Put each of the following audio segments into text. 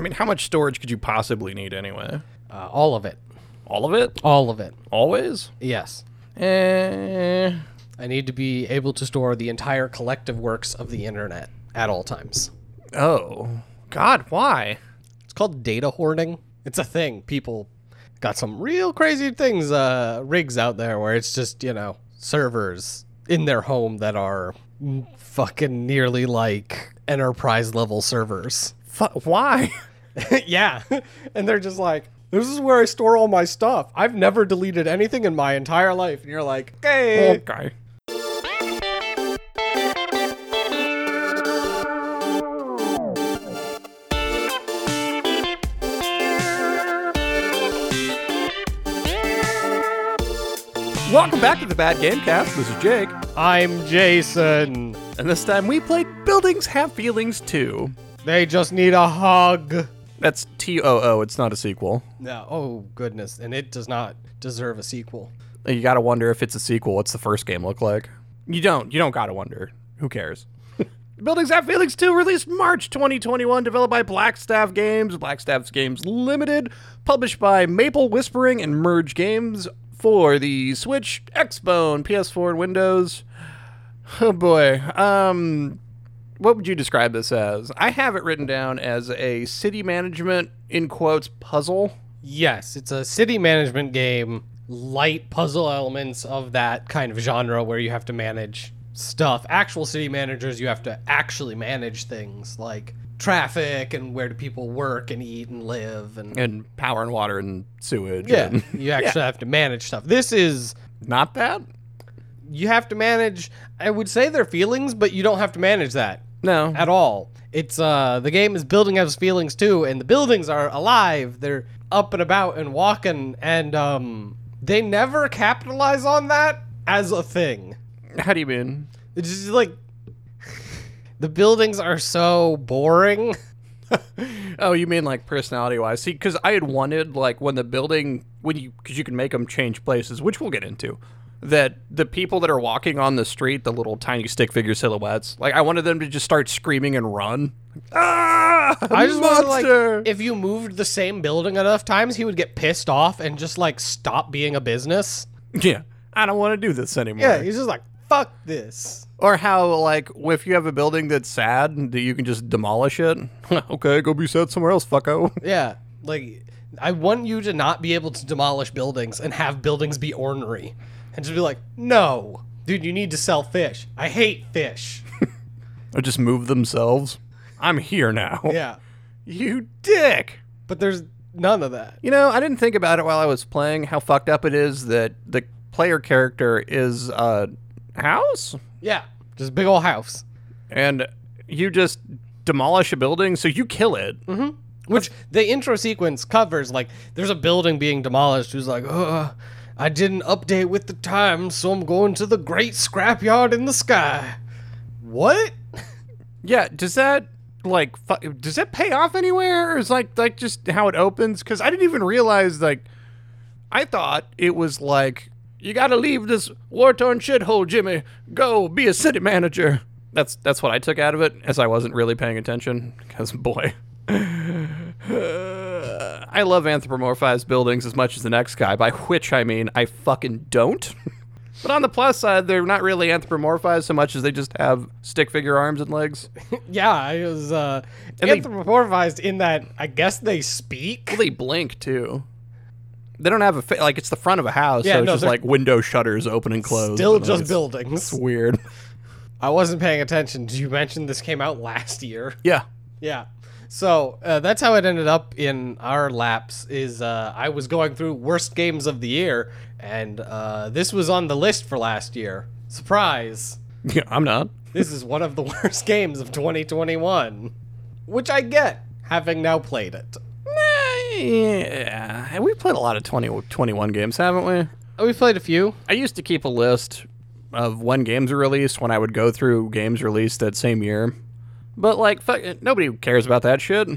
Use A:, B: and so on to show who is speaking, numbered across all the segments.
A: mean, how much storage could you possibly need anyway?
B: Uh, all of it.
A: All of it?
B: All of it.
A: Always?
B: Yes.
A: Eh.
B: I need to be able to store the entire collective works of the internet at all times.
A: Oh. God, why?
B: It's called data hoarding. It's a thing. People got some real crazy things, uh, rigs out there where it's just, you know, servers in their home that are fucking nearly like enterprise level servers.
A: Fu- why?
B: yeah. and they're just like, this is where I store all my stuff. I've never deleted anything in my entire life. And you're like, hey.
A: okay. Welcome back to the Bad Gamecast. This is Jake.
B: I'm Jason.
A: And this time we played Buildings Have Feelings 2.
B: They just need a hug.
A: That's T O O, it's not a sequel.
B: No, oh goodness, and it does not deserve a sequel.
A: You gotta wonder if it's a sequel, what's the first game look like? You don't, you don't gotta wonder. Who cares? Buildings Have Feelings 2, released March 2021, developed by Blackstaff Games, Blackstaff Games Limited, published by Maple Whispering and Merge Games for the Switch, Xbone, PS4, and Windows. Oh boy. Um, what would you describe this as? I have it written down as a city management, in quotes, puzzle.
B: Yes, it's a city management game, light puzzle elements of that kind of genre where you have to manage stuff. Actual city managers, you have to actually manage things like traffic and where do people work and eat and live and
A: and power and water and sewage.
B: yeah,
A: and-
B: you actually have to manage stuff. This is
A: not that.
B: you have to manage I would say their feelings, but you don't have to manage that.
A: No,
B: at all. It's uh the game is building up its feelings too, and the buildings are alive. They're up and about and walking, and um they never capitalize on that as a thing.
A: how do you mean?
B: It's just like the buildings are so boring.
A: Oh, you mean like personality wise? See, because I had wanted like when the building when you because you can make them change places, which we'll get into. That the people that are walking on the street, the little tiny stick figure silhouettes, like I wanted them to just start screaming and run. Ah!
B: I just
A: monster!
B: wanted, like if you moved the same building enough times, he would get pissed off and just like stop being a business.
A: yeah, I don't want to do this anymore.
B: Yeah, he's just like fuck this.
A: Or how, like, if you have a building that's sad, that you can just demolish it. okay, go be sad somewhere else, fucko.
B: Yeah, like I want you to not be able to demolish buildings and have buildings be ornery, and just be like, no, dude, you need to sell fish. I hate fish.
A: or just move themselves. I'm here now.
B: yeah,
A: You dick.
B: but there's none of that.
A: You know, I didn't think about it while I was playing how fucked up it is that the player character is a house
B: Yeah, just big old house,
A: and you just demolish a building so you kill it.
B: which the intro sequence covers. Like, there's a building being demolished. Who's like, Ugh, I didn't update with the times, so I'm going to the great scrapyard in the sky. What?
A: Yeah, does that like fu- does that pay off anywhere or is like like just how it opens cuz I didn't even realize like I thought it was like you got to leave this war-torn shithole, Jimmy. Go be a city manager. That's that's what I took out of it as I wasn't really paying attention cuz boy. I love anthropomorphized buildings as much as the next guy, by which I mean I fucking don't. but on the plus side, they're not really anthropomorphized so much as they just have stick figure arms and legs.
B: Yeah, it was uh,
A: they-
B: anthropomorphized in that I guess they speak.
A: Well, they blink too. They don't have a fa- like it's the front of a house,
B: Yeah,
A: so it's
B: no,
A: just
B: they're-
A: like window shutters open and closed.
B: Still
A: and, like,
B: just
A: it's-
B: buildings.
A: It's weird.
B: I wasn't paying attention. Did you mention this came out last year?
A: yeah.
B: Yeah. So uh, that's how it ended up in our laps. Is uh, I was going through worst games of the year, and uh, this was on the list for last year. Surprise!
A: Yeah, I'm not.
B: This is one of the worst games of 2021, which I get having now played it.
A: Nah, yeah. We've played a lot of 20, 21 games, haven't we?
B: We played a few.
A: I used to keep a list of when games were released when I would go through games released that same year. But like fuck, it, nobody cares about that shit.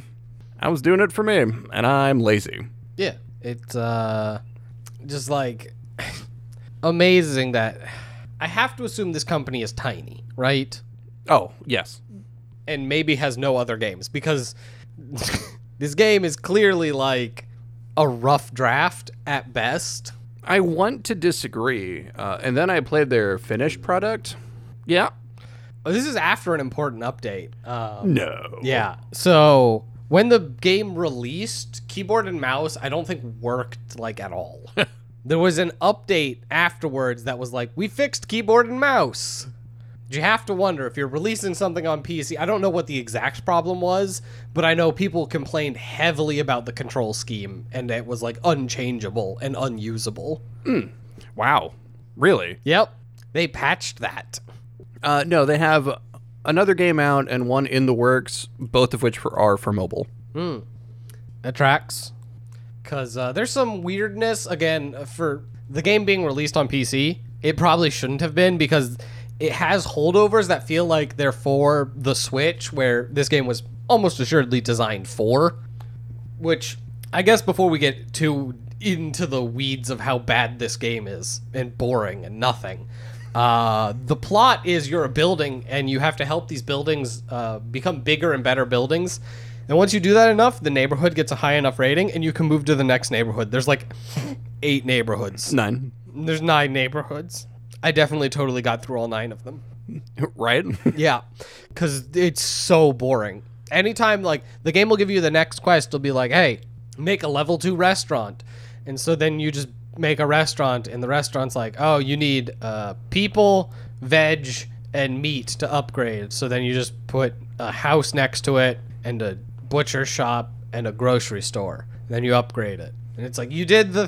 A: I was doing it for me, and I'm lazy.
B: Yeah, it's uh, just like amazing that I have to assume this company is tiny, right?
A: Oh, yes.
B: And maybe has no other games because This game is clearly like a rough draft at best.
A: I want to disagree. Uh, and then I played their finished product. Yeah.
B: Oh, this is after an important update. Um,
A: No.
B: yeah. So when the game released, keyboard and mouse, I don't think worked like at all. there was an update afterwards that was like, we fixed keyboard and mouse. You have to wonder if you're releasing something on PC. I don't know what the exact problem was, but I know people complained heavily about the control scheme and it was like unchangeable and unusable.
A: Wow. Really?
B: Yep. They patched that.
A: Uh, no, they have another game out and one in the works, both of which for, are for mobile.
B: That tracks. Because uh, there's some weirdness, again, uh, for the game being released on PC, it probably shouldn't have been because it has holdovers that feel like they're for the Switch, where this game was almost assuredly designed for. Which, I guess, before we get too into the weeds of how bad this game is and boring and nothing. Uh, the plot is you're a building and you have to help these buildings uh, become bigger and better buildings. And once you do that enough, the neighborhood gets a high enough rating and you can move to the next neighborhood. There's like eight neighborhoods.
A: Nine.
B: There's nine neighborhoods. I definitely totally got through all nine of them.
A: right?
B: Yeah, because it's so boring. Anytime, like, the game will give you the next quest, it'll be like, hey, make a level two restaurant. And so then you just make a restaurant, and the restaurant's like, oh, you need uh, people, veg, and meat to upgrade. So then you just put a house next to it, and a butcher shop, and a grocery store. then you upgrade it. And it's like, you did the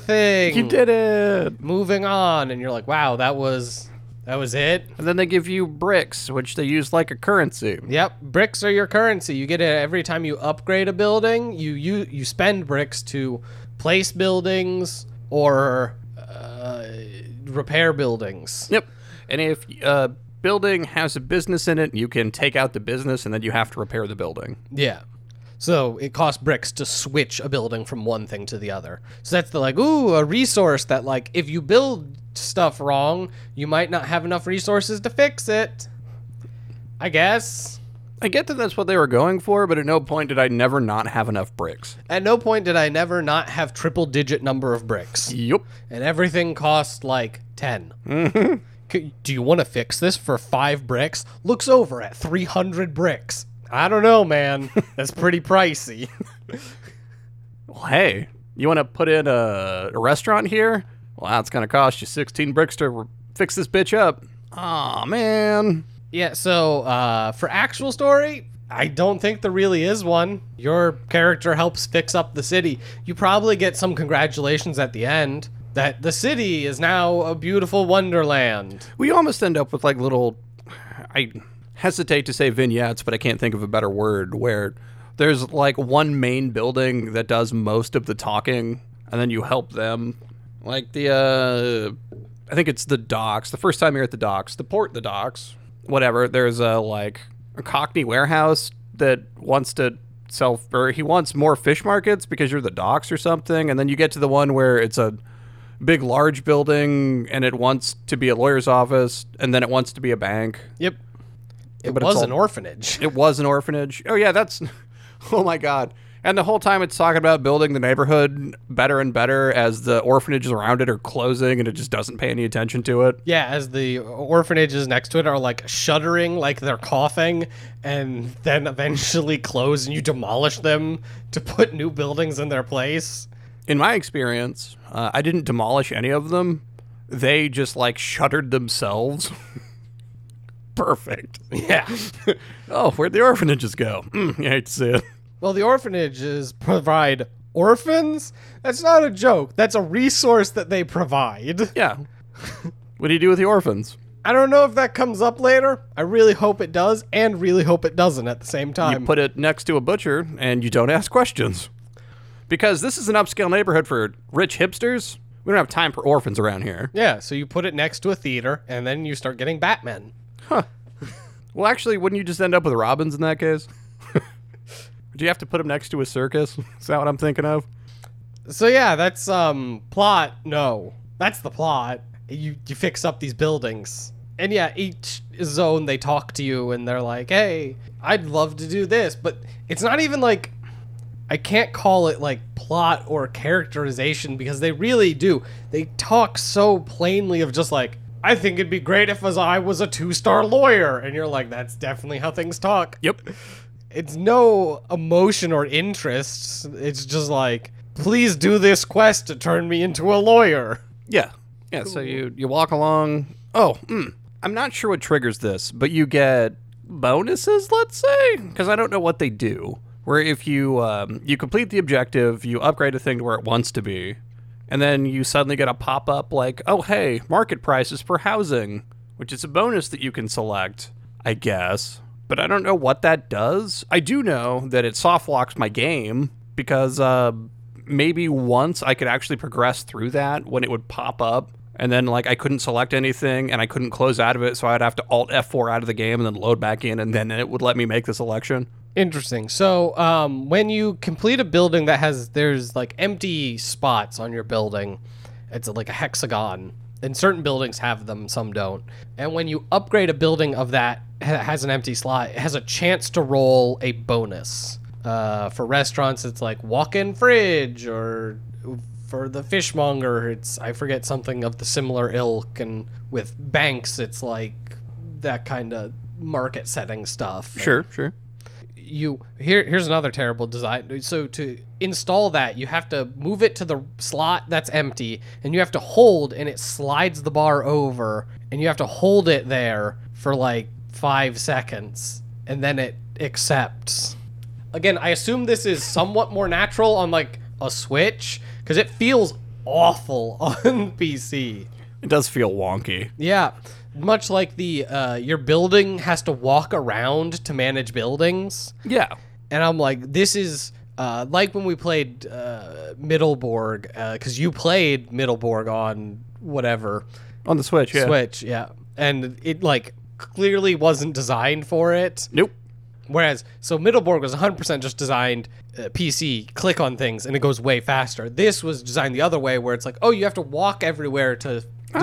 B: thing.
A: you did it.
B: Moving on. And you're like, wow, that was. That was it.
A: And then they give you bricks, which they use like a currency.
B: Yep, bricks are your currency. You get it every time you upgrade a building. You you you spend bricks to place buildings or uh, repair buildings.
A: Yep. And if a building has a business in it, you can take out the business and then you have to repair the building.
B: Yeah. So it costs bricks to switch a building from one thing to the other. So that's the like, ooh, a resource that like if you build stuff wrong, you might not have enough resources to fix it. I guess.
A: I get that that's what they were going for, but at no point did I never not have enough bricks.
B: At no point did I never not have triple digit number of bricks.
A: Yep.
B: and everything costs like 10
A: Mm-hmm.
B: C- do you want to fix this for five bricks looks over at 300 bricks i don't know man that's pretty pricey
A: Well, hey, you want to put in a, a restaurant here? Well, that's going to cost you 16 bricks to re- fix this bitch up. Aw, man.
B: yeah so uh, for actual story i don't think there really is one your character helps fix up the city you probably get some congratulations at the end that the city is now a beautiful wonderland
A: We almost end up with like little. I hesitate to say vignettes, but I can't think of a better word where there's like one main building that does most of the talking, and then you help them. Like the, uh, I think it's the docks. The first time you're at the docks, the port, the docks, whatever. There's a like a Cockney warehouse that wants to sell, or he wants more fish markets because you're the docks or something. And then you get to the one where it's a big large building and it wants to be a lawyer's office and then it wants to be a bank
B: yep it
A: But it's
B: was
A: all-
B: an orphanage
A: it was an orphanage oh yeah that's oh my god and the whole time it's talking about building the neighborhood better and better as the orphanages around it are closing and it just doesn't pay any attention to it
B: Yeah, as the orphanages next to it are like shuddering, like they're coughing, and then eventually close and you demolish them to put new buildings in their place.
A: in my experience uh, i didn't demolish any of them they just like shuttered themselves perfect
B: Yeah.
A: oh where'd the orphanages go mm, i hate to see it
B: well, the orphanages provide orphans? That's not a joke. That's a resource that they provide.
A: yeah what do you do with the orphans
B: I don't know if that comes up later. I really hope it does, and really hope it doesn't at the same time.
A: you put it next to a butcher and you don't ask questions because this is an upscale neighborhood for rich hipsters we don't have time for orphans around here
B: yeah, so you put it next to a theater, and then you start getting Batman.
A: well actually wouldn't you just end up with robins in that case do you have to put them next to a circus is that what i'm thinking of
B: So yeah, that's um plot. No, that's the plot. You you fix up these buildings, and yeah, each zone they talk to you and they're like, "Hey, I'd love to do this," but it's not even like I can't call it like plot or characterization because they really do. They talk so plainly of just like, I think it'd be great if as I was a two star lawyer. And you're like, that's definitely how things talk.
A: Yep.
B: It's no emotion or interest. It's just like, please do this quest to turn me into a lawyer.
A: Yeah. Yeah. So you you walk along. Oh, mm, I'm not sure what triggers this, but you get bonuses. Let's say because I don't know what they do. Where if you um, you complete the objective, you upgrade a thing to where it wants to be, and then you suddenly get a pop up like, oh hey, market prices for housing, which is a bonus that you can select, I guess. But I don't know what that does. I do know that it soft locks my game because uh, maybe once I could actually progress through that when it would pop up. And then, like, I couldn't select anything and I couldn't close out of it. So I'd have to Alt F4 out of the game and then load back in. And then it would let me make the selection.
B: Interesting. So, um, when you complete a building that has there's like empty spots on your building, it's like a hexagon. And certain buildings have them, some don't. And when you upgrade a building of that that has an empty slot, it has a chance to roll a bonus. Uh, for restaurants, it's like walk-in fridge, or for the fishmonger, it's I forget something of the similar ilk. And with banks, it's like that kind of market setting stuff.
A: Sure, sure.
B: you here here's another terrible design so to install that you have to move it to the slot that's empty and you have to hold and it slides the bar over and you have to hold it there for like 5 seconds and then it accepts again i assume this is somewhat more natural on like a switch cuz it feels awful on pc
A: It does feel wonky.
B: yeah, much like the uh, your building has to walk around to manage buildings,
A: Yeah.
B: and I'm like, this is uh, like when we played uh, Middleborg, because you played Middleborg on whatever
A: On the Switch, yeah.
B: Switch, yeah, and it like clearly wasn't designed for it.
A: Nope.
B: Whereas, so Middleborg was 100% just designed uh, PC, click on things, and it goes way faster. This was designed the other way, where it's like, oh, you have to walk everywhere to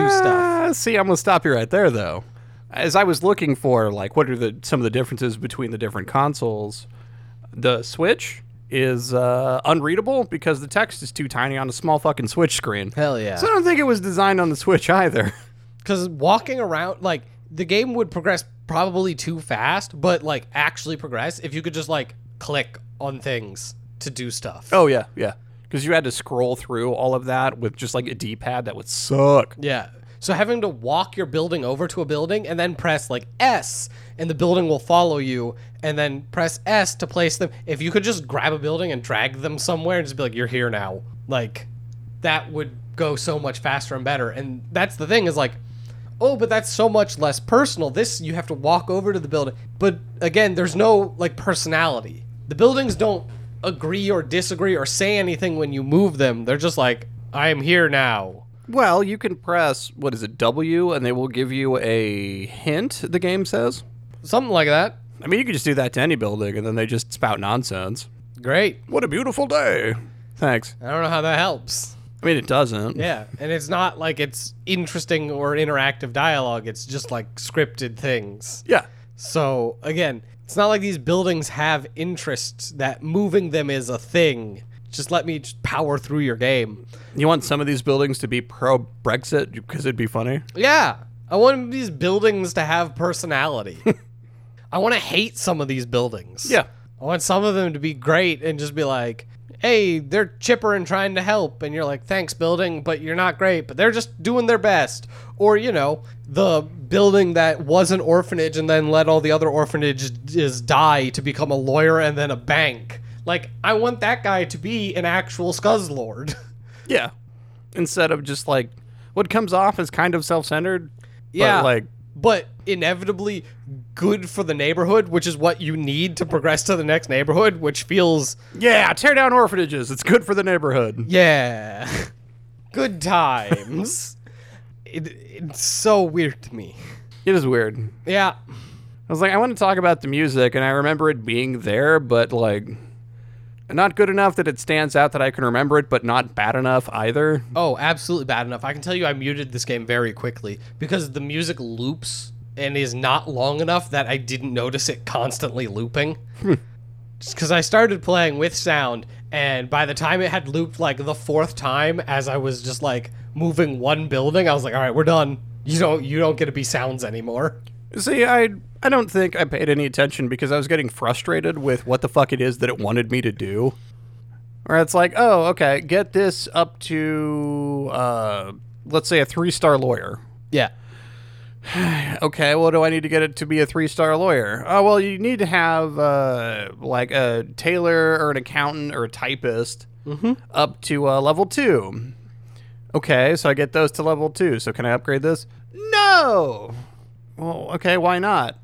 B: do stuff.
A: Ah, See, I'm going to stop you right there, though. As I was looking for, like, what are the some of the differences between the different consoles, the Switch is uh, unreadable because the text is too tiny on a small fucking Switch screen.
B: Hell yeah.
A: So I don't think it was designed on the Switch either.
B: because walking around like the game would progress probably too fast but like actually progress if you could just like click on things to do stuff
A: Oh yeah, yeah. Because you had to scroll through all of that with just like a D-pad. That would suck.
B: yeah so having to walk your building over to a building and then press like s and the building will follow you and then press s to place them if you could just grab a building and drag them somewhere and just be like you're here now like that would go so much faster and better and that's the thing is like oh but that's so much less personal this you have to walk over to the building but again there's no like personality the buildings don't agree or disagree or say anything when you move them they're just like i am here now
A: Well, you can press what is it W, and they will give you a hint. The game says.
B: something like that
A: I mean, you could just do that to any building, and then they just spout nonsense.
B: great
A: What a beautiful day. Thanks.
B: i don't know how that helps
A: I mean, it doesn't.
B: yeah and it's not like it's interesting or interactive dialogue it's just like scripted things
A: Yeah.
B: So again, it's not like these buildings have interests that moving them is a thing. Just let me just power through your game.
A: You want some of these buildings to be pro Brexit because it'd be funny.
B: Yeah, I want these buildings to have personality. I want to hate some of these buildings.
A: Yeah.
B: I want some of them to be great and just be like, hey, they're chipper and trying to help. And you're like, thanks, building, but you're not great. But they're just doing their best. Or, you know, the building that was an orphanage and then let all the other orphanages die to become a lawyer and then a bank. Like, I want that guy to be an actual scuzzlord.
A: Yeah. Instead of just like what comes off as kind of self-centered.
B: Yeah.
A: But like
B: but inevitably good for the neighborhood, which is what you need to progress to the next neighborhood, which feels
A: Yeah, tear down orphanages. It's good for the neighborhood.
B: Yeah. Good times. it, it's so weird to me.
A: It is weird. I
B: Yeah.
A: was like, I want to talk about the music, and I remember it being there, but like, not good enough that it stands out that I can remember it, but not bad enough either.
B: Oh, absolutely bad enough. I can tell you I muted this game very quickly because the music loops and is not long enough that I didn't notice it constantly looping. Just because I started playing with sound And by the time it had looped like the fourth time, as I was just like moving one building, I was like, all right, we're done. You don't you don't get to be sounds anymore.
A: See, I I don't think I paid any attention because I was getting frustrated with what the fuck it is that it wanted me to do. Where it's like, oh, okay, get this up to uh, let's say a three star lawyer.
B: Yeah.
A: Okay, well, do I need to get it to be a three star lawyer? Oh, well, you need to have uh, like a tailor or an accountant or a typist up to uh, level two. Okay, so I get those to level two. So can I upgrade this? No. Well, okay, why not?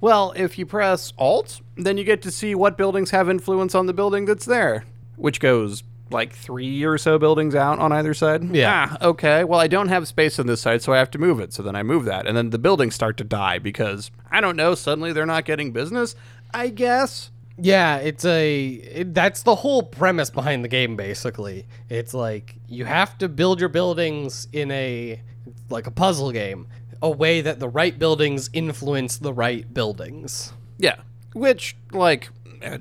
A: Well, if you press Alt, then you get to see what buildings have influence on the building that's there, which goes like three or so buildings out on either side.
B: Yeah.
A: Ah, okay. Well, I don't have space on this side, so I have to move it. So then I move that, and then the buildings start to die because I don't know. Suddenly they're not getting business. I guess.
B: Yeah, it's a it, that's the whole premise behind the game basically. It's like you have to build your buildings in a like a puzzle game, a way that the right buildings influence the right buildings.
A: Yeah. Which, like, uh,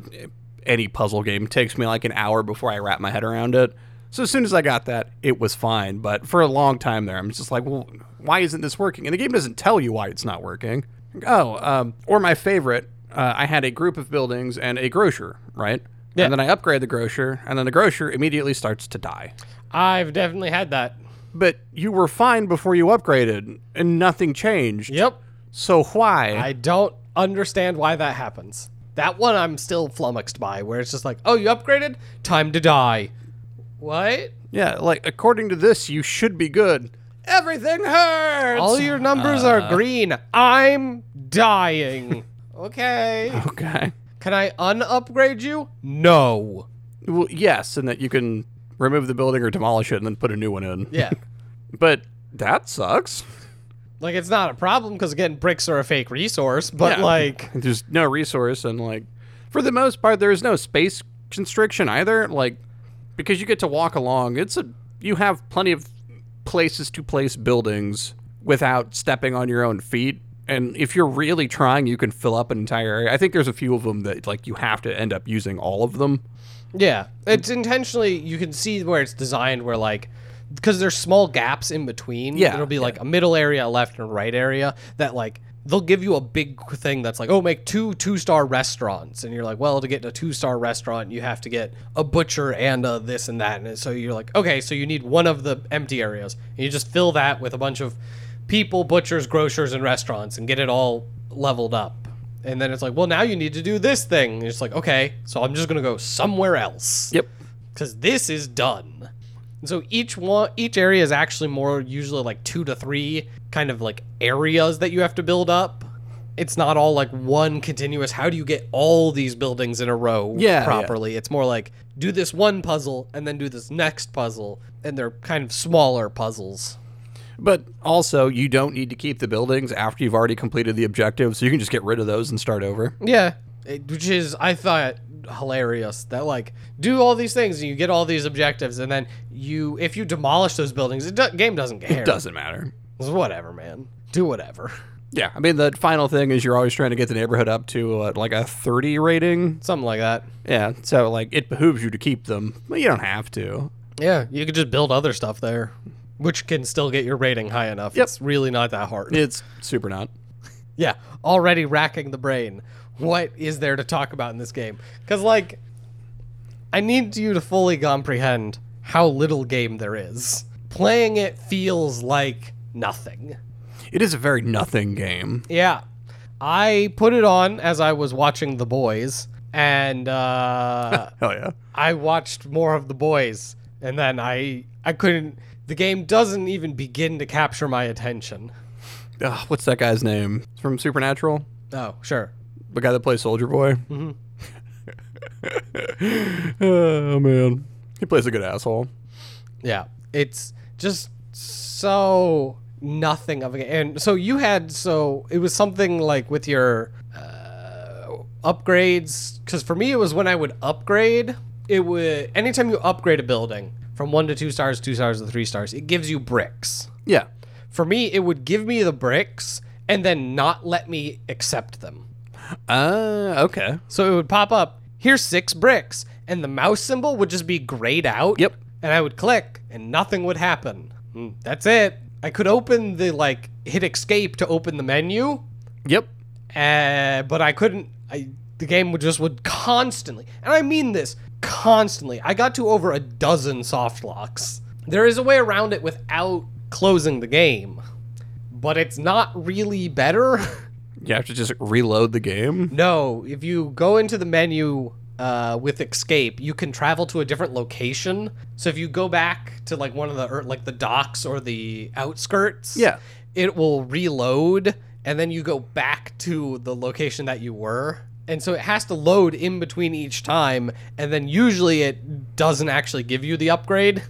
A: any puzzle game takes me like an hour before I wrap my head around it. So as soon as I got that, it was fine. But for a long time there, I'm just like, well, why isn't this working? And the game doesn't tell you why it's not working. Oh, um, or my favorite, uh, I had a group of buildings and a grocer, right?
B: Yeah.
A: And then I upgrade the grocer, and then the grocer immediately starts to die.
B: I've definitely had that.
A: But you were fine before you upgraded, and nothing changed.
B: Yep.
A: So why?
B: I don't understand why that happens. That one I'm still flummoxed by, where it's just like, oh, you upgraded? Time to die. What?
A: Yeah, like according to this, you should be good. Everything hurts.
B: All your numbers are green. I'm dying. okay.
A: okay.
B: Can I unupgrade you? No.
A: Well, yes, and that you can remove the building or demolish it and then put a new one in.
B: Yeah.
A: But that sucks.
B: like, it's not a problem because, again, bricks are a fake resource, but
A: Yeah.
B: like,
A: There's no resource, and like, for the most part, there is no space constriction either. Like, because you get to walk along, it's a you have plenty of places to place buildings without stepping on your own feet. And if you're really trying, you can fill up an entire area. I think there's a few of them that like you have to end up using all of them.
B: Yeah, it's intentionally. You can see where it's designed, where like because there's small gaps in between.
A: Yeah,
B: it'll be like a middle area, a left and right area that like they'll give you a big thing that's like, oh, make two two star restaurants, and you're like, well, to get a two star restaurant, you have to get a butcher and a this and that, and so you're like, okay, so you need one of the empty areas, and you just fill that with a bunch of people, butchers, grocers, and restaurants, and get it all leveled up. And then it's like, well, now you need to do this thing. And it's like, okay, so I'm just gonna go somewhere else
A: Yep.
B: because this is done. And so each one, each area is actually more usually like two to three kind of like areas that you have to build up. It's not all like one continuous. How do you get all these buildings in a row
A: Yeah, yeah.
B: properly? It's more like do this one puzzle and then do this next puzzle, and they're kind of smaller puzzles.
A: But also, you don't need to keep the buildings after you've already completed the objective, so you can just get rid of those and start over.
B: Yeah, It- which is I thought hilarious that like do all these things and you get all these objectives, and then you if you demolish those buildings, the do- game doesn't care.
A: Doesn't matter.
B: It's whatever, man. Do whatever.
A: Yeah, I mean the final thing is you're always trying to get the neighborhood up to uh, like a 30 rating.
B: Something like that.
A: Yeah, so like it behooves you to keep them, but you don't have to.
B: Yeah, you could just build other stuff there, which can still get your rating high enough.
A: Yep.
B: It's really not that hard.
A: It's super not.
B: yeah, already racking the brain. What is there to talk about in this game? Because, like, I need you to fully comprehend how little game there is. Playing it feels like nothing.
A: It is a very nothing game.
B: Yeah. I put it on as I was watching The Boys, and uh,
A: Hell yeah.
B: I watched more of the boys, and then I I couldn't. The game doesn't even begin to capture my attention.
A: Ugh, what's that guy's name from Supernatural?
B: Oh, sure.
A: The guy that plays Soldier Boy. oh man, he plays a good asshole.
B: Yeah, it's just so nothing of a game. And so you had so it was something like with your uh, upgrades. Because for me, it was when I would upgrade. It would anytime you upgrade a building from one to two stars, two stars to three stars, it gives you bricks.
A: Yeah.
B: For me, it would give me the bricks and then not let me accept them.
A: Uh, okay.
B: So it would pop up, here's six bricks. and the mouse symbol would just be grayed out.
A: Yep.
B: And I would click, and nothing would happen. Mm, That's it. I could open the like hit escape to open the menu,
A: Yep.
B: uh, but I couldn't. I the game would just would constantly, and I mean this constantly. I got to over a dozen soft locks. There is a way around it without closing the game, but it's not really better.
A: You have to just reload the game.
B: no, if you go into the menu uh, with escape, you can travel to a different location. So if you go back to like one of the or like the docks or the outskirts,
A: Yeah.
B: it will reload and then you go back to the location that you were. And so it has to load in between each time, and then usually it doesn't actually give you the upgrade.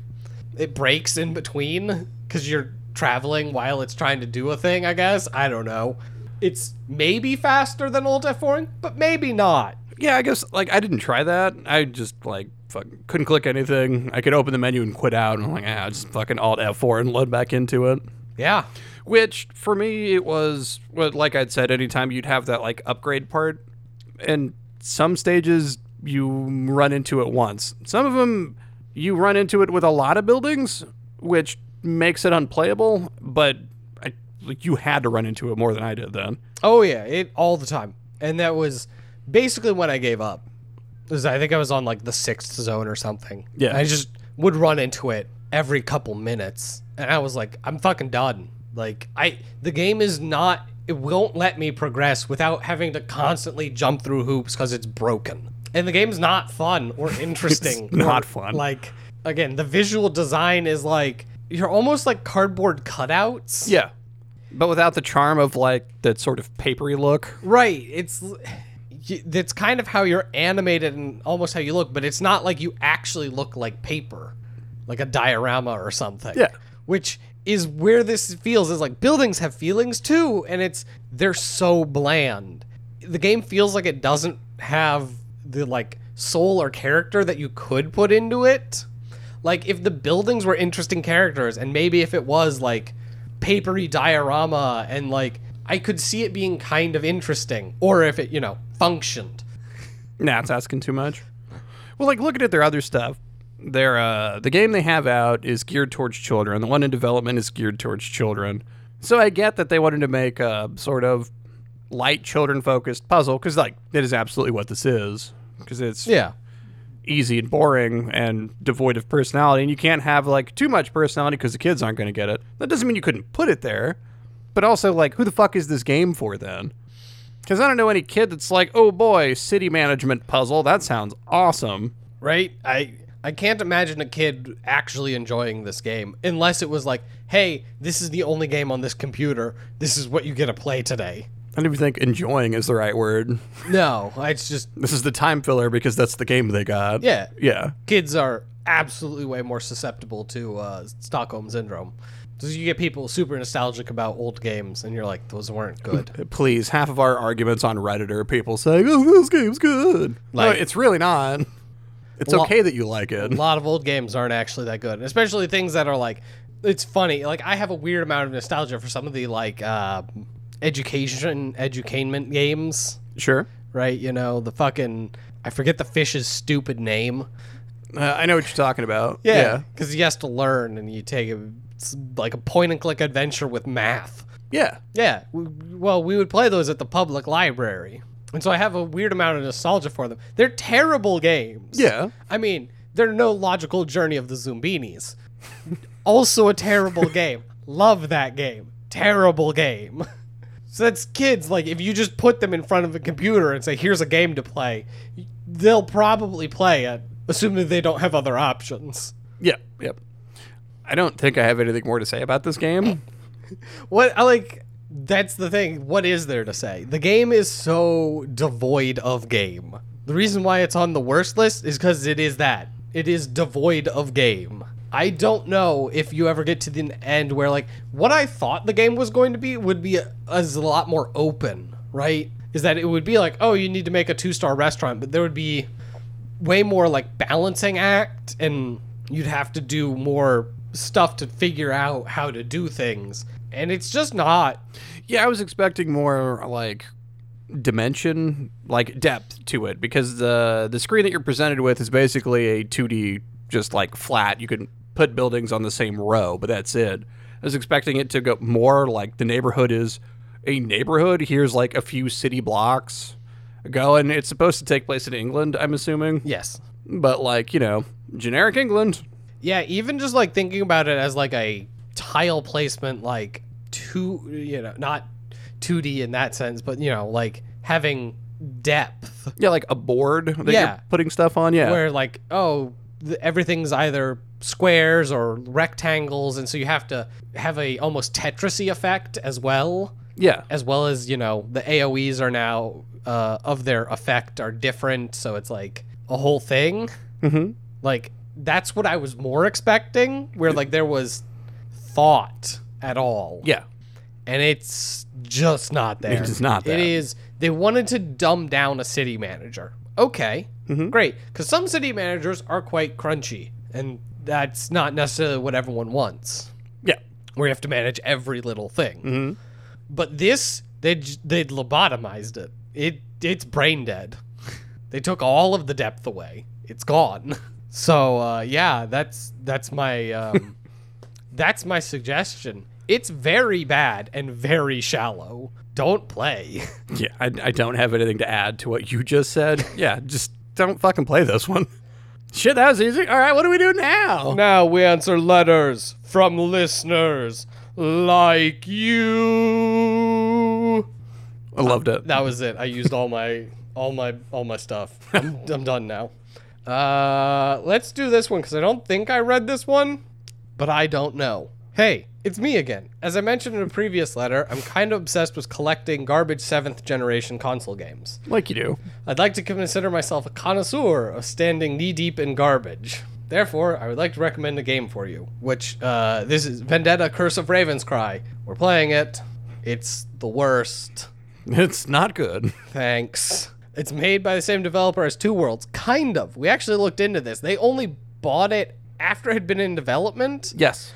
B: It breaks in between because you're traveling while it's trying to do a thing, I guess. I don't know. It's maybe faster than Old F4, but maybe not.
A: Yeah, I guess like I didn't try that. I just like fuck, couldn't click anything. I could open the menu and quit out, and I'm like, ah, just fucking Alt F4 and load back into it.
B: Yeah.
A: Which for me it was what like I'd said, anytime you'd have that like upgrade part, and some stages you run into it once. Some of them you run into it with a lot of buildings, which makes it unplayable. But I, like you had to run into it more than I did then.
B: Oh yeah, it all the time. And that was basically when I gave up. 'Cause I think I was on like the sixth zone or something.
A: Yeah.
B: And I just would run into it every couple minutes, and I was like, I'm fucking done. Like I, the game is not. It won't let me progress without having to constantly jump through hoops because it's broken. And the game's not fun or interesting. or,
A: not fun.
B: Like again, the visual design is like you're almost like cardboard cutouts.
A: Yeah. But without the charm of like that sort of papery look.
B: Right. It's y- that's kind of how you're animated and almost how you look, but it's not like you actually look like paper, like a diorama or something.
A: Yeah.
B: Which is where this feels is like buildings have feelings too, and it's they're so bland. The game feels like it doesn't have the like soul or character that you could put into it. Like if the buildings were interesting characters, and maybe if it was like papery diorama, and like I could see it being kind of interesting, or if it you know functioned.
A: Nah, it's asking too much. Well, like looking at their other stuff, their uh, the game they have out is geared towards children. The one in development is geared towards children. So I get that they wanted to make a sort of light children focused puzzle because like that is absolutely what this is because it's
B: Yeah.
A: easy and boring and devoid of personality and you can't have like too much personality because the kids aren't going to get it that doesn't mean you couldn't put it there but also like who the fuck is this game for then because i don't know any kid that's like oh boy city management puzzle that sounds awesome
B: right? I I can't imagine a kid actually enjoying this game unless it was like, hey, this is the only game on this computer. This is what you get to play today.
A: i don't even think enjoying is the right word
B: No, it's just
A: this is the time filler because that's the game they got
B: yeah.
A: yeah
B: Kids are absolutely way more susceptible to uh, Stockholm syndrome. Because you get people super nostalgic about old games, and you're like, those weren't good.
A: please half of our arguments on reddit are people saying oh this game's good
B: Like-
A: no it's really not it's
B: Lo-
A: okay that you like it
B: a lot of old games aren't actually that good, especially things that are like. It's funny. Like I have a weird amount of nostalgia for some of the like uh, education, edutainment games.
A: sure
B: right? You know, the fucking I forget the fish's stupid name.
A: Uh, I know what you're talking about.
B: because he has to learn, and you take a, it's like a point and click adventure with math.
A: Yeah.
B: Yeah, w- well, we would play those at the public library, and so I have a weird amount of nostalgia for them. They're terrible games.
A: Yeah.
B: I mean, they're no logical journey of the Zumbinis. also a terrible game. Love that game. Terrible game. So that's kids. Like, if you just put them in front of a computer and say, here's a game to play, they'll probably play it, assuming they don't have other options.
A: Yeah. Yep. I don't think I have anything more to say about this game.
B: What, I like, that's the thing. What is there to say? The game is so devoid of game. The reason why it's on the worst list is because it is that. It is devoid of game. I don't know if you ever get to the end where, like, what I thought the game was going to be would be a, is a lot more open, right? Is that it would be like, oh, you need to make a two star restaurant, but there would be way more like balancing act and you'd have to do more stuff to figure out how to do things and it's just not
A: Yeah, I was expecting more like dimension, like depth to it, because the the screen that you're presented with is basically a 2D, just like flat. You can put buildings on the same row, but that's it. I was expecting it to go more like the neighborhood is a neighborhood. Here's like a few city blocks going. It's supposed to take place in England, I'm assuming,
B: Yes.
A: but like you know, generic England.
B: Yeah, even just like thinking about it as like a tile placement, like two, you know, not 2D in that sense, but you know, like having depth
A: Yeah, like a board that
B: Yeah.
A: you're putting stuff on. Yeah,
B: where like, oh, th- everything's either squares or rectangles. And so you have to have a almost Tetrisy effect as well.
A: yeah.
B: As well as, you know, the AoEs are now, uh, of their effect are different. So it's like a whole thing.
A: Mm-hmm.
B: like that's what I was more expecting, where like there was thought at all.
A: Yeah.
B: And it's just not there.
A: It is not
B: It
A: that.
B: is they wanted to dumb down a city manager. Okay.
A: Mm-hmm.
B: Great. Cuz some city managers are quite crunchy and that's not necessarily what everyone wants
A: Yeah.
B: where you have to manage every little thing. But this, they j- they lobotomized it. It it's brain dead. they took all of the depth away. It's gone. So uh, yeah, that's that's my um, that's my suggestion. It's very bad and very shallow. Don't play.
A: Yeah, I, I don't have anything to add to what you just said. Yeah, just don't fucking play this one. Shit, that was easy. All right, what do we do now?
B: Now we answer letters from listeners like you.
A: I loved it.
B: That was it. I used all my all my all my stuff. I'm, I'm done now. Uh, let's do this one because I don't think I read this one, but I don't know. Hey, it's me again. As I mentioned in a previous letter, I'm kind of obsessed with collecting garbage seventh generation console games.
A: Like you do.
B: I'd like to consider myself a connoisseur of standing knee deep in garbage. Therefore, I would like to recommend a game for you, which uh, this is Vendetta Curse of Raven's Cry. We're playing it. It's the worst.
A: It's not good.
B: Thanks. It's made by the same developer as Two Worlds. Kind of. We actually looked into this. They only bought it after it had been in development.
A: Yes.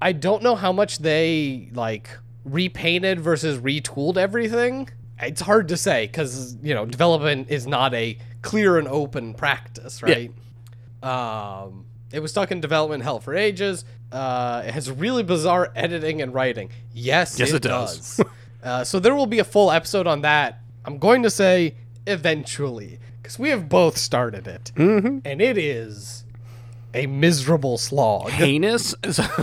B: I don't know how much they like repainted versus retooled everything. It's hard to say because you know development is not a clear and open practice, right? Um, it was stuck in development hell for ages. Uh, it has really bizarre editing and writing. Yes,
A: Yes,
B: it,
A: it does.
B: does. uh, so there will be a full episode on that. I'm going to say eventually because we have both started it,
A: Mm-hmm.
B: and it is a miserable slog.
A: Heinous. is-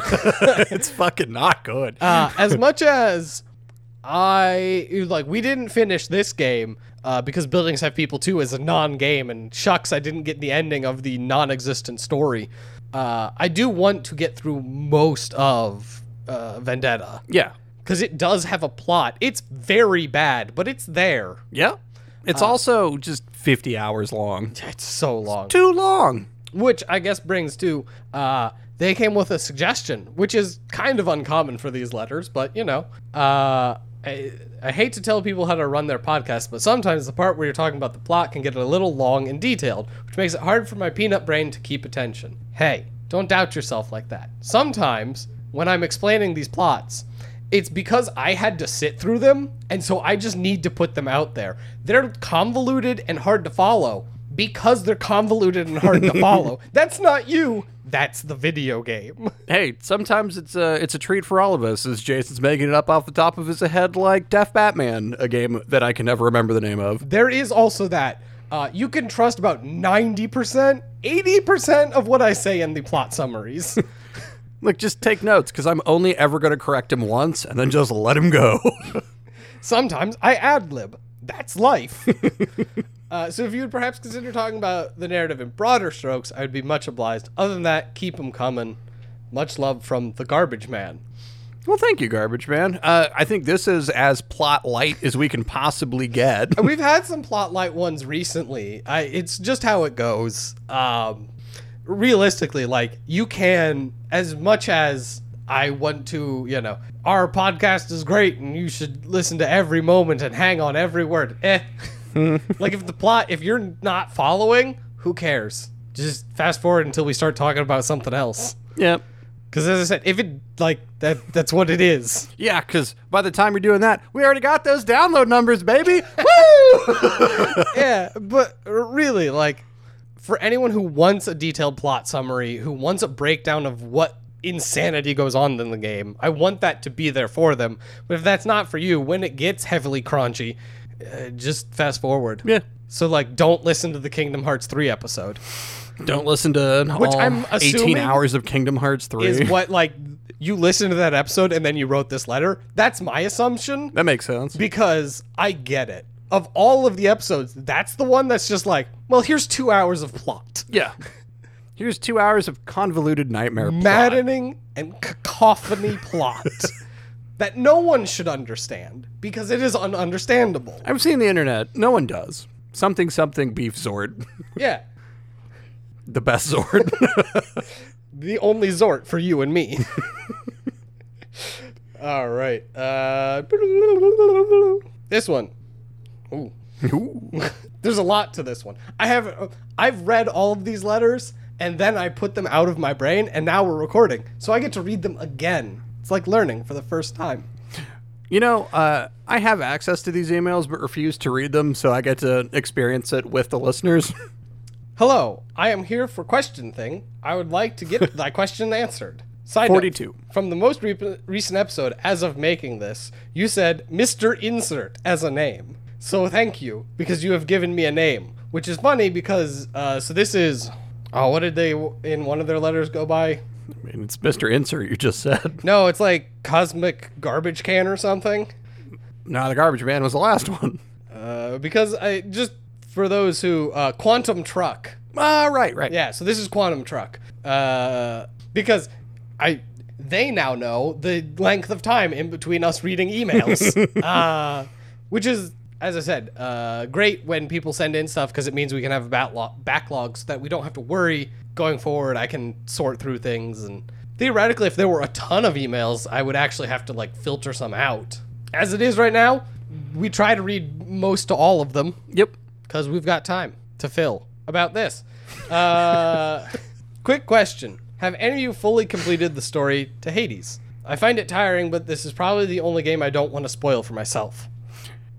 A: it's fucking not good.
B: Uh, as much as I like, we didn't finish this game uh, because buildings have people too is a non-game, and shucks, I didn't get the ending of the non-existent story. Uh, I do want to get through most of uh, Vendetta
A: yeah.
B: because it does have a plot. It's very bad, but it's there.
A: Yeah.
B: uh,
A: It's also just 50 hours long.
B: It's so long.
A: Too long.
B: Which I guess brings to uh, they came with a suggestion, which is kind of uncommon for these letters, but you know. Uh, I, I hate to tell people how to run their podcast, but sometimes the part where you're talking about the plot can get a little long and detailed, which makes it hard for my peanut brain to keep attention. Hey, don't doubt yourself like that. Sometimes, when I'm explaining these plots, it's because I had to sit through them, and so I just need to put them out there. They're convoluted and hard to follow because they're convoluted and hard to follow. That's not you, that's the video game.
A: Hey, sometimes it's a it's a treat for all of us as Jason's making it up off the top of his head like Deaf Batman, a game that I can never remember the name of.
B: There is also that. Uh, you can trust about 90%, 80% of what I say in the plot summaries.
A: Like, just take notes because I'm only ever going to correct him once and then just let him go.
B: Sometimes I ad lib. That's life. uh, so if you would perhaps consider talking about the narrative in broader strokes, I would be much obliged. Other than that, keep 'em coming. Much love from the garbage man.
A: well, thank you, Garbage Man. Uh, I think this is as plot light as we can possibly get.
B: We've had some plot light ones recently. I, it's just how it goes. Um, realistically, like you can, as much as I want to, you know, our podcast is great and you should listen to every moment and hang on every word. Eh. like if the plot, if you're not following, who cares? Just fast forward until we start talking about something else.
A: yep.
B: Because as I said, if it like that, that's what it is.
A: Yeah, because by the time you're doing that, we already got those download numbers, baby. Woo!
B: yeah, but really, like, for anyone who wants a detailed plot summary, who wants a breakdown of what insanity goes on in the game, I want that to be there for them. But if that's not for you, when it gets heavily crunchy, uh, just fast forward.
A: yeah.
B: So, like, don't listen to the Kingdom Hearts 3 episode,
A: Don't listen to
B: Which
A: all
B: I'm
A: 18
B: assuming
A: hours of Kingdom Hearts 3.
B: is what, like, you listened to that episode and then you wrote this letter. That's my assumption.
A: that makes sense.
B: because I get it. Of all of the episodes, that's the one that's just like, well, here's two hours of plot.
A: yeah. Here's two hours of convoluted nightmare plot.
B: Maddening and cacophony plot that no one should understand because it is ununderstandable.
A: I've seen the internet. No one does. Something something beef Zord.
B: Yeah.
A: the best Zord.
B: The only Zort for you and me. all right. Uh, this one. Ooh.
A: Ooh.
B: There's a lot to this one. I have I've read all of these letters and then I put them out of my brain and now we're recording. So I get to read them again. It's like learning for the first time.
A: You know, uh, I have access to these emails but refuse to read them, so I get to experience it with the listeners.
B: Hello, I am here for question thing. I would like to get thy question answered. Side
A: 42.
B: Note, from the most re- recent episode as of making this, you said Mr. Insert as a name. So thank you because you have given me a name, which is funny because uh, so this is oh what did they in one of their letters go by?
A: I mean, it's Mr. Insert, you just said.
B: No, it's like cosmic garbage can or something.
A: No, the garbage man was the last one.
B: Uh, because I just for those who uh, quantum truck.
A: Ah, right, right.
B: Yeah, so this is quantum truck. Uh, because I they now know the length of time in between us reading emails, uh, which is as I said, uh, great when people send in stuff because it means we can have a backlog, backlog so that we don't have to worry going forward. I can sort through things and theoretically, if there were a ton of emails, I would actually have to like filter some out. As it is right now, we try to read most to all of them
A: Yep.
B: because we've got time to fill about this. Uh, quick question: Have any of you fully completed the story to Hades? I find it tiring, but this is probably the only game I don't want to spoil for myself.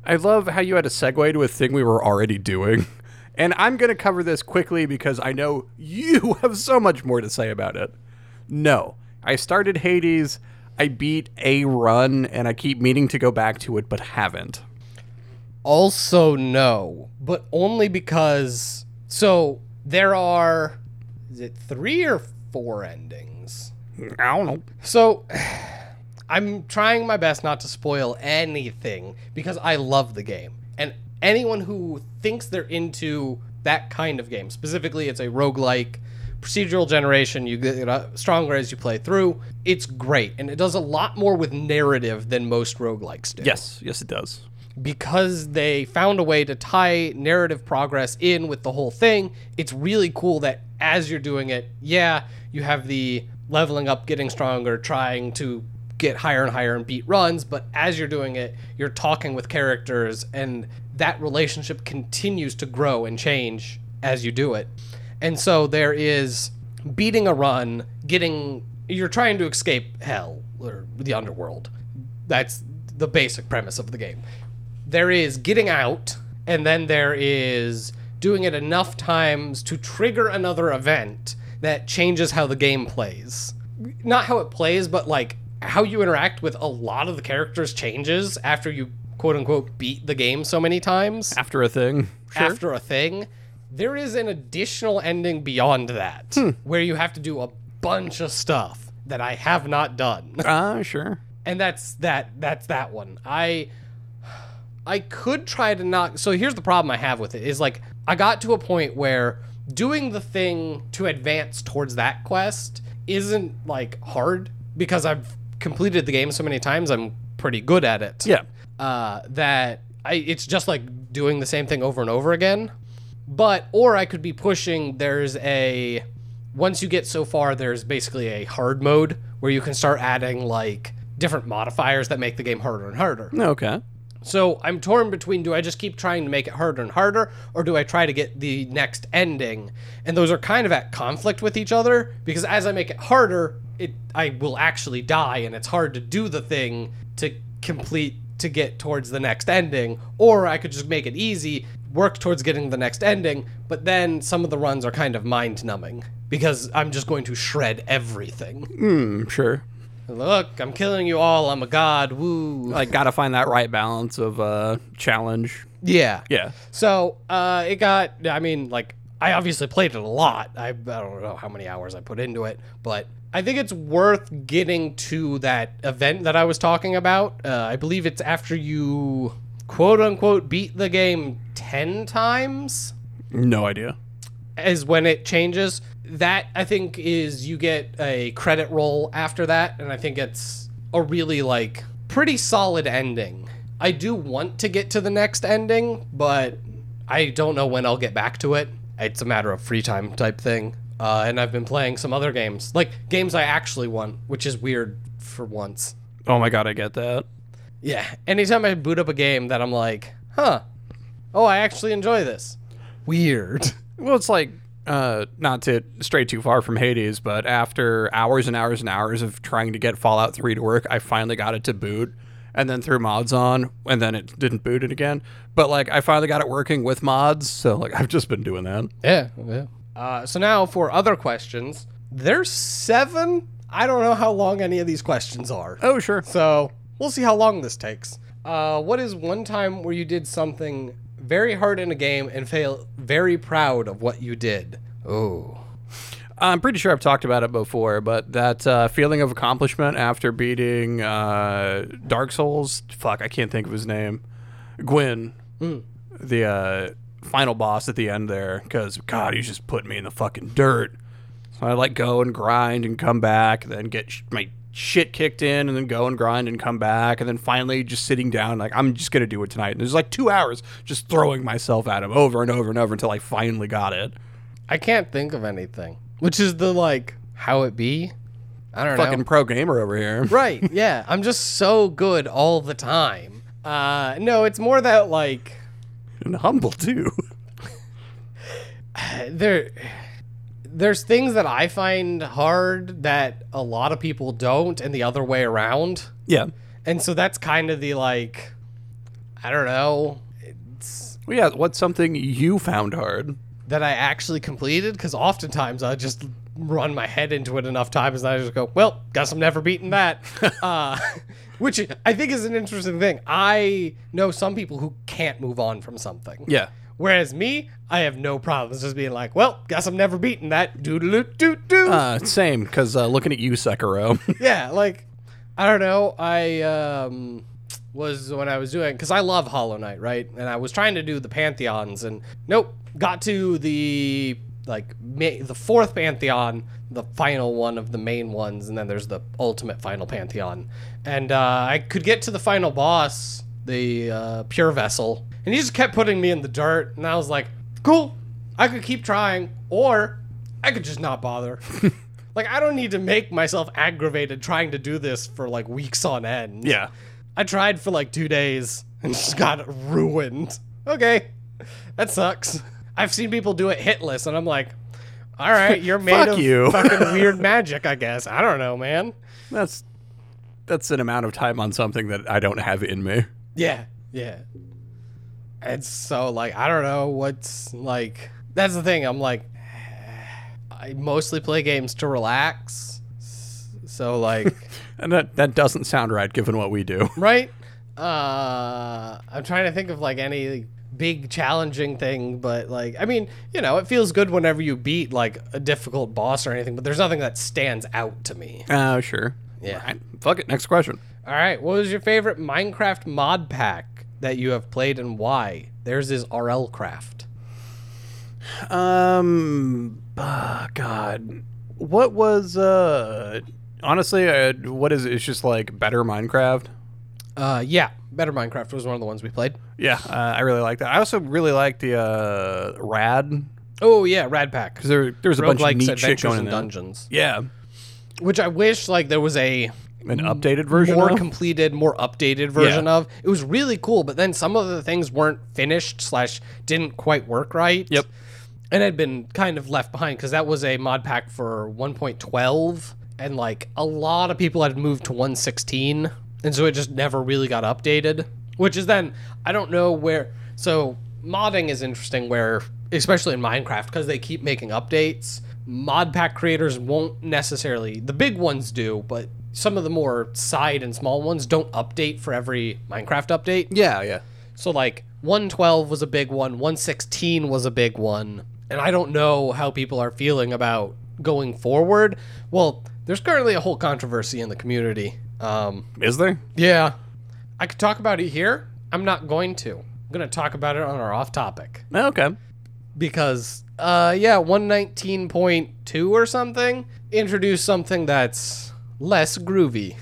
A: I love how you had a segue to a thing we were already doing. And I'm going to cover this quickly because I know you have so much more to say about it. No, I started Hades. I beat a run and I keep meaning to go back to it but haven't.
B: Also, no, but only because so there are is it three or four endings?
A: I don't know.
B: So I'm trying my best not to spoil anything because I love the game. And anyone who thinks they're into that kind of game, specifically it's a roguelike procedural generation, you get uh, stronger as you play through. It's great and it does a lot more with narrative than most roguelikes do
A: Yes, yes, it does.
B: because they found a way to tie narrative progress in with the whole thing, it's really cool that as you're doing it, yeah, you have the leveling up, getting stronger, trying to get higher and higher and beat runs, but as you're doing it, you're talking with characters and that relationship continues to grow and change as you do it. And so there is beating a run, getting you're trying to escape hell or the underworld. That's the basic premise of the game. There is getting out, and then there is doing it enough times to trigger another event that changes how the game plays. Not how it plays, but like how you interact with a lot of the characters changes after you quote unquote beat the game so many times
A: After a thing. Sure.
B: after a thing, there is an additional ending beyond that
A: Hmm.
B: where you have to do a bunch of stuff that I have not done.
A: Ah, sure.
B: and that's that that's that one. I I could try to not so here's the problem I have with it is like I got to a point where doing the thing to advance towards that quest isn't like hard because I've completed the game so many times I'm pretty good at it
A: Yeah.
B: uh, that I, it's just like doing the same thing over and over again. But or I could be pushing. There's a once you get so far, there's basically a hard mode where you can start adding like different modifiers that make the game harder and harder.
A: Okay.
B: So I'm torn between do I just keep trying to make it harder and harder, or do I try to get the next ending? And those are kind of at conflict with each other because as I make it harder, it I will actually die, and it's hard to do the thing to complete to get towards the next ending. Or I could just make it easy, work towards getting the next ending, but then some of the runs are kind of mind numbing because I'm just going to shred everything.
A: I'm Mm, sure.
B: Look, I'm killing you all. I'm a god. Woo.
A: Like, gotta find that right balance of uh, challenge.
B: Yeah.
A: Yeah.
B: So uh, it got. I mean, like I obviously played it a lot. I, I don't know how many hours I put into it, but I think it's worth getting to that event that I was talking about. Uh, I believe it's after you quote unquote beat the game ten times
A: No idea.
B: is when it changes. That I think is you get a credit roll after that, and I think it's a really like pretty solid ending. I do want to get to the next ending, but I don't know when I'll get back to it. It's a matter of free time type thing. Uh, and I've been playing some other games, like games I actually want, which is weird for once.
A: Oh my god, I get that.
B: Yeah. Anytime I boot up a game that I'm like, huh, oh, I actually enjoy this. Weird.
A: Well, it's like uh, not to stray too far from Hades, but after hours and hours and hours of trying to get Fallout 3 to work, I finally got it to boot and then threw mods on and then it didn't boot it again. But like I finally got it working with mods, so like I've just been doing that.
B: Yeah, yeah. Uh, so now for other questions, there's seven. I don't know how long any of these questions are.
A: Oh, sure.
B: So we'll see how long this takes. Uh, what is one time where you did something very hard in a game and feel very proud of what you did? Oh.
A: I'm pretty sure I've talked about it before, but that uh, feeling of accomplishment after beating uh, Dark Souls, fuck, I can't think of his name, Gwyn, the uh, final boss at the end there, because God, he's just putting me in the fucking dirt. So I like go and grind and come back, then get sh- my shit kicked in, and then go and grind and come back, and then finally just sitting down, like I'm just gonna do it tonight. And there's like two hours just throwing myself at him over and over and over until I finally got it.
B: I can't think of anything. Which is the like how it be? I don't know.
A: Fucking pro gamer over here.
B: Right. Yeah. I'm just so good all the time. Uh, no, it's more that like
A: and humble too.
B: there there's things that I find hard that a lot of people don't and the other way around.
A: Yeah.
B: And so that's kind of the like I don't know, it's
A: Well, yeah. What's something you found hard?
B: that I actually completed cuz oftentimes I just run my head into it enough times and I just go, "Well, guess I'm never beating that." uh which I think is an interesting thing. I know some people who can't move on from something.
A: Yeah.
B: Whereas me, I have no problems just being like, well, guess I'm never beating that. Doodle doo doo.
A: Uh, same, because uh, looking at you, Sekiro.
B: yeah, like I don't know. I um, was when I was doing because I love Hollow Knight, right? And I was trying to do the pantheons, and nope, got to the like ma- the fourth pantheon, the final one of the main ones, and then there's the ultimate final pantheon. And uh, I could get to the final boss, the uh, Pure Vessel, and he just kept putting me in the dirt, and I was like, cool, I could keep trying, or I could just not bother. Like I don't need to make myself aggravated trying to do this for like weeks on end.
A: yeah.
B: I tried for like 2 days and just got ruined. Okay. That sucks. I've seen people do it hitless and I'm like, "All right, you're made
A: Fuck
B: of
A: you."
B: fucking weird magic, I guess. I don't know, man."
A: That's that's an amount of time on something that I don't have in me.
B: Yeah, yeah. And so, like, I don't know what's like. That's the thing. I'm like, I mostly play games to relax. S- So, like,
A: And that that doesn't sound right, given what we do.
B: right? Uh, I'm trying to think of like any big challenging thing, but like, I mean, you know, it feels good whenever you beat like a difficult boss or anything, but there's nothing that stands out to me.
A: Oh, sure.
B: Yeah.
A: Right. Fuck it. Next question.
B: All right. What was your favorite Minecraft mod pack that you have played and why? Theirs is RL Craft.
A: Um. ah, God. What was uh? Honestly, uh, what is it? It's just like better Minecraft.
B: Uh, yeah, Better Minecraft was one of the ones we played.
A: Yeah, uh, I really like that. I also really like the uh, Rad
B: Oh yeah, Rad Pack.
A: because there there's a bunch of
B: Roguelikes,
A: neat shit
B: Adventures,
A: going in
B: and
A: there.
B: Dungeons.
A: Yeah.
B: Which I wish like there was a
A: an updated version
B: more
A: of?
B: completed, more updated version of. It was really cool, but then some of the things weren't finished slash didn't quite work right.
A: Yep.
B: And had been kind of left behind because that was a mod pack for 1.12, and like a lot of people had moved to 116, and so it just never really got updated. Which is then I don't know where. So modding is interesting, where especially in Minecraft because they keep making updates. Mod pack creators won't necessarily the big ones do, but some of the more side and small ones don't update for every Minecraft update.
A: yeah, yeah.
B: So like 112 was a big one, 116 was a big one, and I don't know how people are feeling about going forward. Well, there's currently a whole controversy in the community. Um,
A: Is there?
B: yeah, I could talk about it here. I'm not going to. I'm gonna talk about it on our off topic
A: Oh, okay.
B: because uh yeah 119.2 or something introduced something that's less groovy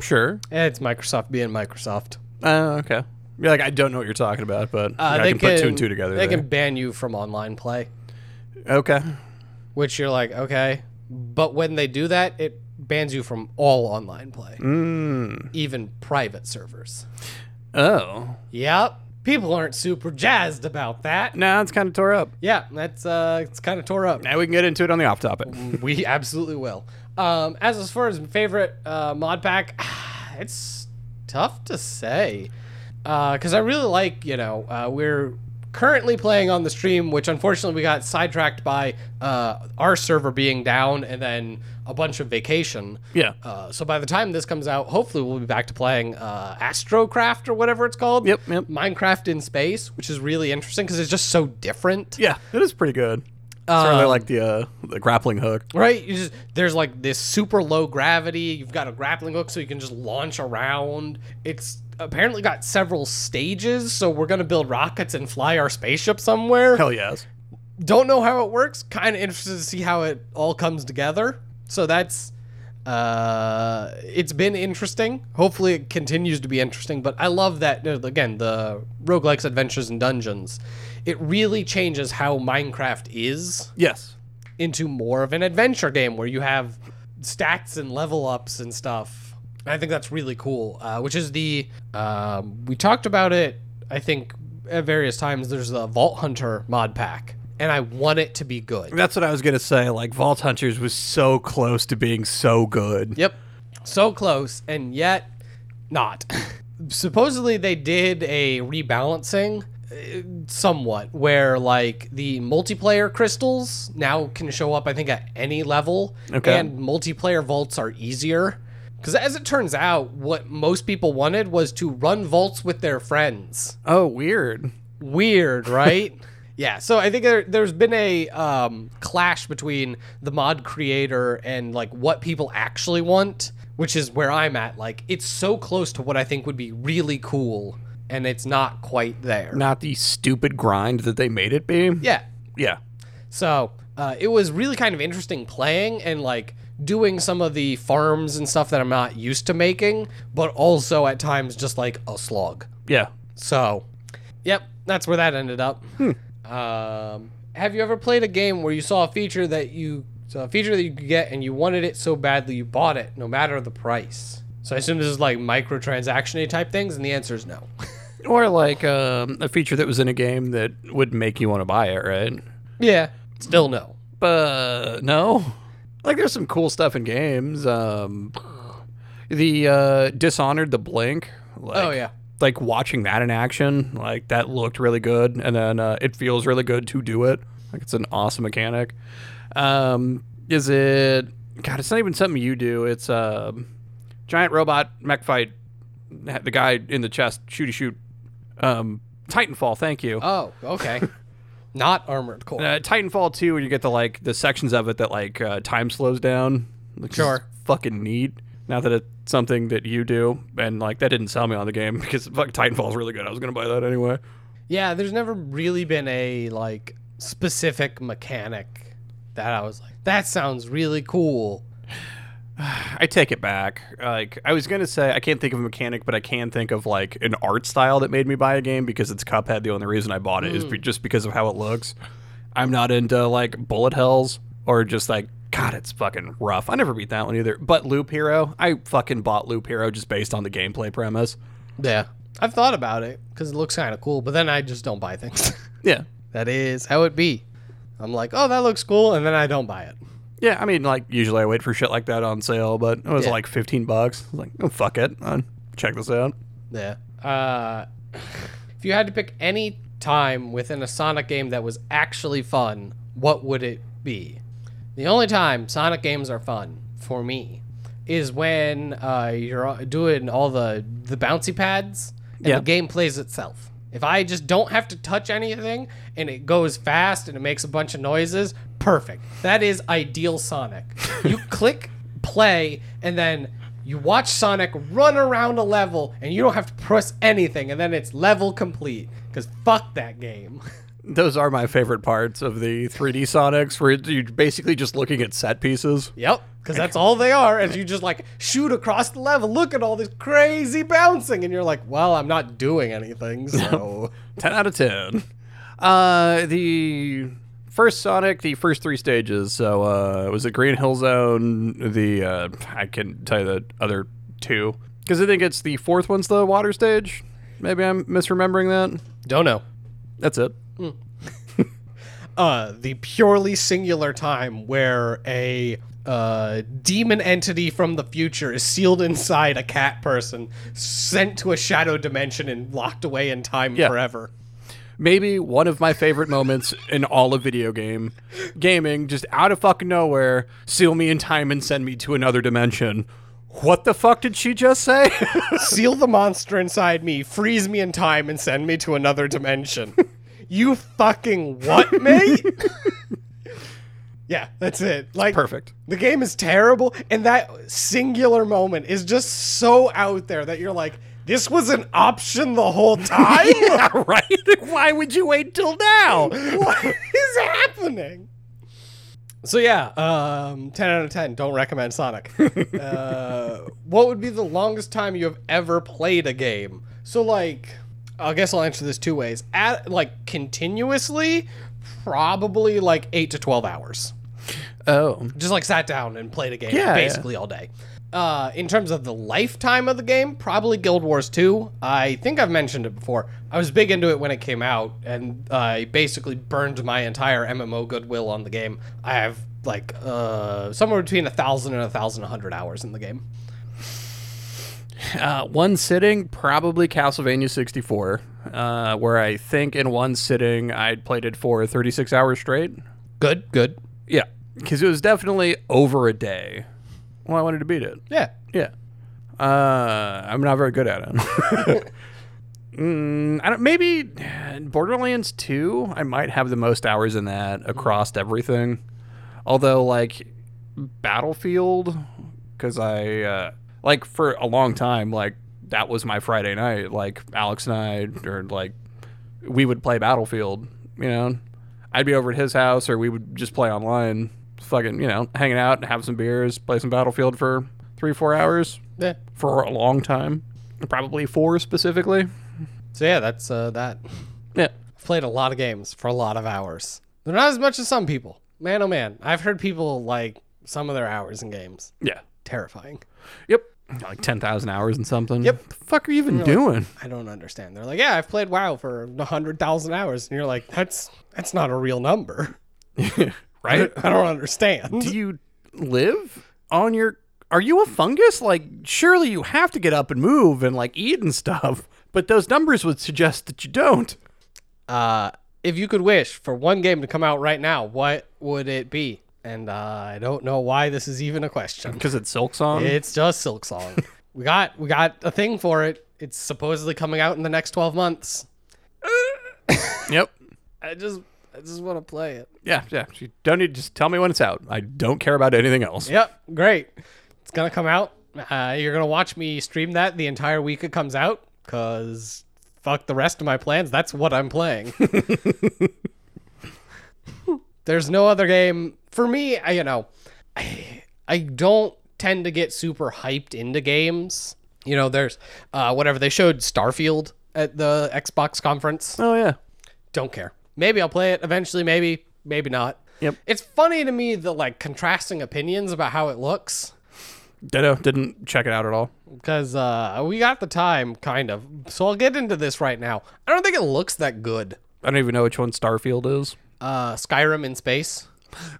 A: Sure.
B: Eh, it's microsoft being microsoft
A: Oh, okay. You're like, I don't know what you're talking about, but
B: Uh,
A: I
B: they
A: can, put two and two together.
B: they
A: there.
B: can ban you from online play
A: Okay.
B: which you're like okay but when they do that it bans you from all online play even private servers
A: Oh.
B: yep people aren't super jazzed about that
A: Now it's kind of tore up.
B: yeah that's uh it's kind of tore up
A: Now we can get into it on the off topic.
B: we absolutely will. Um, as as far as favorite uh, mod pack, it's tough to say because I really like you know uh, we're currently playing on the stream, which unfortunately we got sidetracked by uh, our server being down and then a bunch of vacation.
A: Yeah.
B: Uh, so by the time this comes out, hopefully we'll be back to playing uh, Astrocraft or whatever it's called.
A: Yep, yep.
B: Minecraft in space, which is really interesting because it's just so different.
A: Yeah, it is pretty good. It's sort of like the uh, the grappling hook.
B: Right? You just there's like this super low gravity. You've got a grappling hook so you can just launch around. It's apparently got several stages, so we're gonna build rockets and fly our spaceship somewhere.
A: Hell yes.
B: Don't know how it works. Kind of interested to see how it all comes together. So that's uh it's been interesting. Hopefully it continues to be interesting, but I love that you know, again, the roguelikes adventures and dungeons. It really changes how Minecraft is
A: Yes.
B: into more of an adventure game where you have stats and level ups and stuff. And I think that's really cool. Uh, which is the um, we talked about it. I think at various times there's the Vault Hunter mod pack, and I want it to be good.
A: That's what I was gonna say. Like Vault Hunters was so close to being so good.
B: Yep, so close and yet not. Supposedly they did a rebalancing uh, somewhat where like the multiplayer crystals now can show up i think at any level
A: Okay.
B: and multiplayer vaults are easier because as it turns out what most people wanted was to run vaults with their friends
A: Oh, weird.
B: weird, right? yeah. So I think there, there's been a um, clash between the mod creator and like what people actually want, which is where I'm at. Like it's so close to what I think would be really cool, and it's not quite there.
A: Not the stupid grind that they made it be.
B: Yeah.
A: Yeah.
B: So uh, it was really kind of interesting playing and like doing some of the farms and stuff that I'm not used to making, but also at times just like a slog.
A: Yeah.
B: So, Hmm. yep, that's where that ended up. Um, have you ever played a game where you saw a feature that you saw a feature that you could get and you wanted it so badly you bought it, no matter the price? So I assume this is like microtransaction type things, and the answer is no.
A: Or like um, a feature that was in a game that would make you want to buy it, right?
B: yeah, still no.
A: But no. Like there's some cool stuff in games. Um, the uh, Dishonored, the Blink. Like,
B: Oh yeah,
A: Like watching that in action, like that looked really good, and then uh, it feels really good to do it. Like it's an awesome mechanic. Um, is it? God, it's not even something you do. It's um, giant robot mech fight. The guy in the chest, shooty shoot. Um, Titanfall. Thank you.
B: oh okay, not armored core.
A: Uh, Titanfall 2, where you get the like the sections of it that like uh, time slows down. Like,
B: Sure.
A: Fucking neat. Now that it's something that you do, and like that didn't sell me on the game because fuck Titanfall's really good. I was gonna buy that anyway.
B: Yeah, there's never really been a like specific mechanic that I was like, that sounds really cool.
A: I take it back. Like I was gonna say, I can't think of a mechanic, but I can think of like an art style that made me buy a game because it's Cuphead. The only reason I bought it is be- just because of how it looks. I'm not into like bullet hells or just like God, it's fucking rough. I never beat that one either. But Loop Hero, I fucking bought Loop Hero just based on the gameplay premise.
B: Yeah. I've thought about it because it looks kind of cool, but then I just don't buy things.
A: Yeah.
B: that is how it be. I'm like, oh, that looks cool, and then I don't buy it.
A: Yeah, I mean, like, usually I wait for shit like that on sale, but it was
B: Yeah.
A: like 15 bucks. I was like, oh, fuck it. I'll check this out.
B: Yeah. Uh, if you had to pick any time within a Sonic game that was actually fun, what would it be? The only time Sonic games are fun for me is when uh, you're doing all the the bouncy pads and
A: Yeah.
B: the game plays itself. If I just don't have to touch anything and it goes fast and it makes a bunch of noises, perfect. That is ideal Sonic. you click play and then you watch Sonic run around a level and you don't have to press anything and then it's level complete cuz fuck that game.
A: Those are my favorite parts of the 3D Sonics, where you're basically just looking at set pieces.
B: Yep, because that's all they are. As you just like shoot across the level, look at all this crazy bouncing, and you're like, "Well, I'm not doing anything." So
A: 10 out of 10. Uh, the first Sonic, the first three stages. So, uh, it was the Green Hill Zone, the, uh, I can tell you the other two. Because I think it's the fourth one's the water stage. Maybe I'm misremembering that.
B: don't know.
A: That's it.
B: Uh, the purely singular time where a uh, demon entity from the future is sealed inside a cat person, sent to a shadow dimension, and locked away in time
A: Yeah.
B: forever.
A: maybe one of my favorite moments in all of video game gaming just out of fucking nowhere seal me in time and send me to another dimension what the fuck did she just say
B: Seal the monster inside me, freeze me in time, and send me to another dimension. you fucking what, mate? yeah, that's it. Like
A: perfect.
B: The game is terrible, and that singular moment is just so out there that you're like, this was an option the whole time.
A: right why would you wait till now
B: what is happening? So yeah, um, ten out of ten. Don't recommend Sonic. uh, what would be the longest time you have ever played a game? So like, I guess I'll answer this two ways. At like continuously, probably like eight to twelve hours.
A: oh
B: Just like sat down and played a game
A: Yeah,
B: basically all day. Uh, in terms of the lifetime of the game, probably Guild Wars 2. I think I've mentioned it before. I was big into it when it came out, and I basically burned my entire MMO goodwill on the game. I have like uh, somewhere between a thousand and a thousand a hundred hours in the game.
A: uh, one sitting probably castlevania 64 uh, where i think in one sitting i played it for 36 hours straight
B: Good, good.
A: yeah because it was definitely over a day well i wanted to beat it
B: Yeah.
A: Yeah. Uh, I'm not very good at it. mm, I don't, maybe Borderlands 2, I might have the most hours in that across everything. Although, like, Battlefield, because I, uh, like, for a long time, like, that was my Friday night. Like, Alex and I, or, like, we would play Battlefield, you know? I'd be over at his house, or we would just play online, fucking, you know, hanging out, have some beers, play some Battlefield for three, four hours
B: Yeah.
A: for a long time. Probably four specifically.
B: So yeah, that's uh, that.
A: Yeah.
B: played a lot of games for a lot of hours. They're not as much as some people. Man, oh man, I've heard people like some of their hours in games.
A: Yeah.
B: Terrifying.
A: Yep. Like 10,000 hours and something.
B: Yep.
A: The fuck are you even doing?
B: I don't understand. They're like, yeah, I've played WoW for hundred thousand hours, and you're like, that's that's not a real number.
A: right?
B: I don't understand.
A: Do you live on your. Are you a fungus? Like, surely you have to get up and move and, like, eat and stuff. But those numbers would suggest that you don't.
B: Uh, if you could wish for one game to come out right now, what would it be? And uh, I don't know why this is even a question.
A: Because it's Silk Song?
B: It's just Silk Song. we got we got a thing for it. It's supposedly coming out in the next twelve months.
A: Yep.
B: I just I just want to play it.
A: Yeah, yeah. You don't need. Just tell me when it's out. I don't care about anything else.
B: Yep, great. It's gonna come out. Uh, you're gonna watch me stream that the entire week it comes out, cause fuck the rest of my plans. That's what I'm playing. There's no other game for me. I, you know, I, I don't tend to get super hyped into games. You know, there's uh, whatever they showed Starfield at the Xbox conference.
A: Oh yeah.
B: Don't care. Maybe I'll play it eventually. Maybe, maybe not.
A: Yep.
B: It's funny to me the like contrasting opinions about how it looks
A: Ditto. Didn't check it out at all.
B: because uh, we got the time kind of. So I'll get into this right now. I don't think it looks that good.
A: I don't even know which one Starfield is.
B: Uh, Skyrim in space.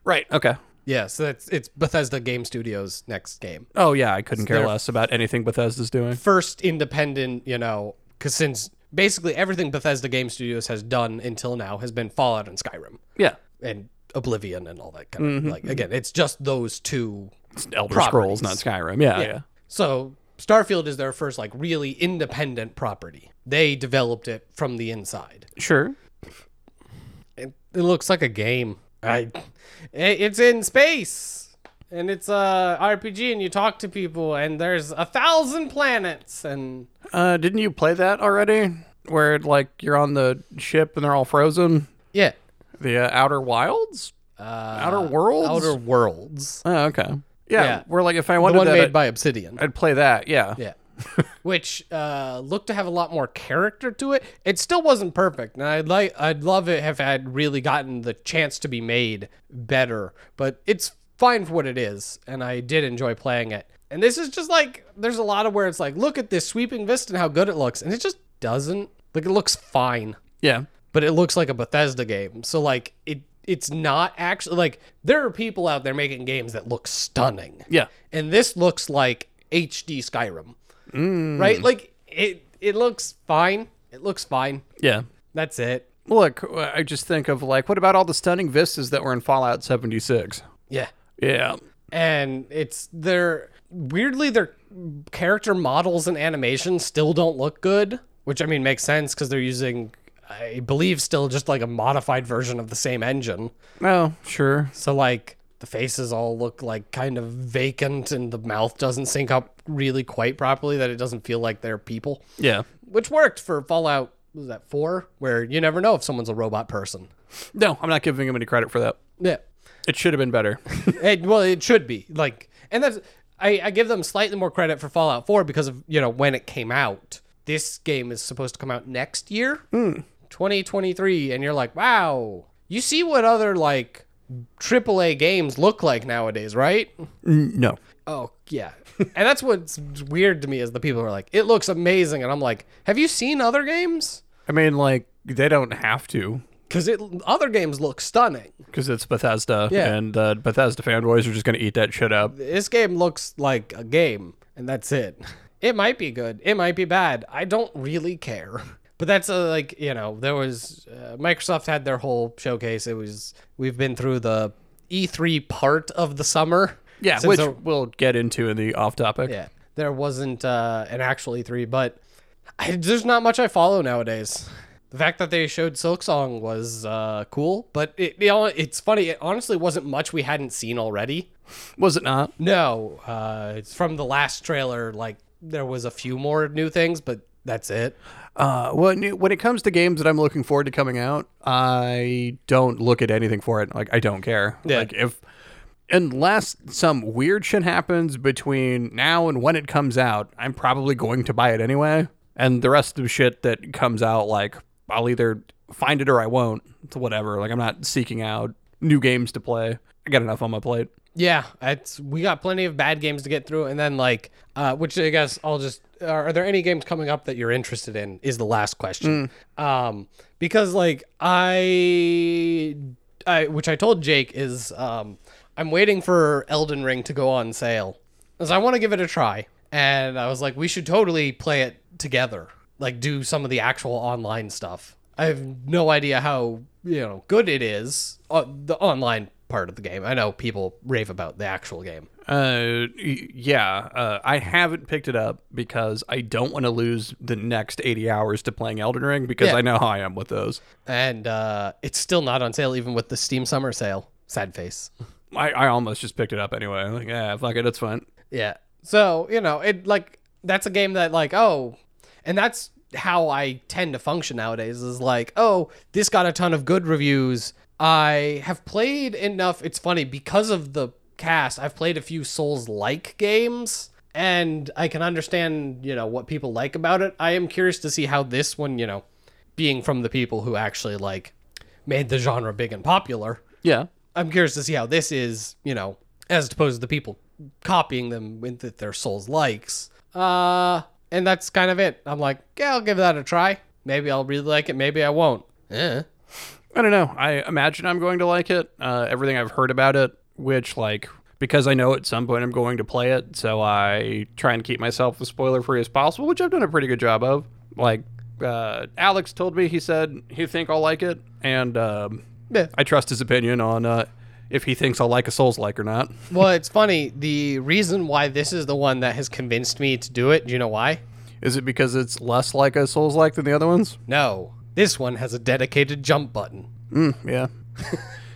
A: Right. Okay.
B: Yeah, so that's it's Bethesda Game Studios' next game.
A: Oh yeah, I couldn't care
B: their-
A: less about anything Bethesda's doing.
B: first independent, you know, because since basically everything Bethesda Game Studios has done until now has been Fallout and Skyrim
A: Yeah.
B: and Oblivion and all that kind of like again, it's just those two.
A: It's Elder
B: Properties.
A: Scrolls, not Skyrim. Yeah, yeah.
B: So Starfield is their first like really independent property. They developed it from the inside.
A: Sure.
B: It, it looks like a game. I, it- it's in space. And it's a RPG, and you talk to people, and there's a thousand planets, and
A: Uh, didn't you play that already? Where like you're on the ship and they're all frozen.
B: yeah,
A: The uh, Outer Wilds,
B: uh,
A: Outer Worlds.
B: Outer Worlds.
A: Oh, okay. Yeah,
B: Yeah.
A: We're like, if I
B: the
A: wanted
B: one
A: that,
B: made
A: I'd,
B: by Obsidian.
A: I'd play that. Yeah.
B: yeah. Which uh, looked to have a lot more character to it. It still wasn't perfect, and I'd like, I'd love it if I'd really gotten the chance to be made better. But it's fine for what it is, and I did enjoy playing it. And this is just like, there's a lot of where it's like, look at this sweeping vista and how good it looks, and it just doesn't. Like it looks fine
A: Yeah.
B: but it looks like a Bethesda game. So like it it's not actually like there are people out there making games that look stunning.
A: Yeah.
B: And this looks like HD Skyrim. Right? Like it it looks fine. It looks fine.
A: Yeah.
B: That's it.
A: Look, I just think of like, what about all the stunning vistas that were in Fallout 76?
B: Yeah.
A: Yeah.
B: And it's their weirdly their character models and animations still don't look good, which I mean makes sense cuz they're using I believe still just like a modified version of the same engine.
A: Oh, sure.
B: So like the faces all look like kind of vacant and the mouth doesn't sync up really quite properly that it doesn't feel like they're people.
A: Yeah.
B: Which worked for Fallout what was that 4 where you never know if someone's a robot person.
A: No, I'm not giving him any credit for that.
B: Yeah.
A: It should have been better.
B: it, well, it should be. Like and that's I, I give them slightly more credit for Fallout 4 because of, you know, when it came out. This game is supposed to come out next year. 2023 and you're like, "Wow. You see what other like AAA games look like nowadays, right?"
A: no.
B: Oh yeah, and that's what's weird to me is the people who are like, "It looks amazing," and I'm like, "Have you seen other games?
A: I mean, like, they don't have to
B: Because it other games look stunning.
A: because it's Bethesda,
B: Yeah.
A: and uh, Bethesda fanboys are just going to eat that shit up.
B: This game looks like a game, and that's it. It might be good, it might be bad. I don't really care." But that's uh like you know there was uh, Microsoft had their whole showcase. It was we've been through the E3 part of the summer.
A: Yeah,
B: since
A: which
B: there-
A: we'll get into in the off topic.
B: yeah, there wasn't uh, an actual E3, but I, there's not much I follow nowadays. The fact that they showed Silk Song was uh, cool, but it, you know, it's funny. It honestly wasn't much we hadn't seen already.
A: Was it not?
B: No, uh, it's from the last trailer. Like there was a few more new things, but that's it.
A: Uh, when it- when it comes to games that I'm looking forward to coming out, I don't look at anything for it. Like I don't care.
B: Yeah.
A: Like if unless some weird shit happens between now and when it comes out, I'm probably going to buy it anyway. And the rest of the shit that comes out, like I'll either find it or I won't. It's whatever. Like I'm not seeking out new games to play. I got enough on my plate.
B: Yeah, it's we got plenty of bad games to get through, and then like, uh, which I guess I'll just. Are, are there any games coming up that you're interested in? Is the last question, um, because like I, I which I told Jake is um, I'm waiting for Elden Ring to go on sale, because I want to give it a try, and I was like, we should totally play it together, like do some of the actual online stuff. I have no idea how you know good it is. Uh, the online part of the game. I know people rave about the actual game.
A: Uh, y- yeah. Uh, I haven't picked it up because I don't want to lose the next 80 hours to playing Elden Ring because
B: Yeah.
A: I know how I am with those.
B: And uh, it's still not on sale, even with the Steam Summer Sale. Sad face.
A: I, I almost just picked it up anyway. I'm Like, yeah, fuck it, it's fine.
B: Yeah. So, you know, it like, that's a game that, like, oh, and that's how I tend to function nowadays is like, oh, this got a ton of good reviews. I have played enough. It's funny because of the cast, I've played a few Souls like games. And I can understand, you know, what people like about it. I am curious to see how this one, you know, being from the people who actually like made the genre big and popular,
A: Yeah.
B: I'm curious to see how this is, you know, as opposed to the people copying them with that their souls likes. Uh, and that's kind of it. I'm like, yeah, I'll give that a try. Maybe I'll really like it. Maybe I won't. Eh.
A: I don't know. I imagine I'm going to like it. Uh, everything I've heard about it, which like because I know at some point I'm going to play it, so I try and keep myself as spoiler free as possible, which I've done a pretty good job of. Like uh, Alex told me, he said he think I'll like it, and um,
B: Yeah.
A: I trust his opinion on uh, if he thinks I'll like a Souls like or not.
B: well, it's funny. The reason why this is the one that has convinced me to do it, do you know why?
A: Is it because it's less like a Souls like than the other ones?
B: No. This one has a dedicated jump button
A: Mm, yeah.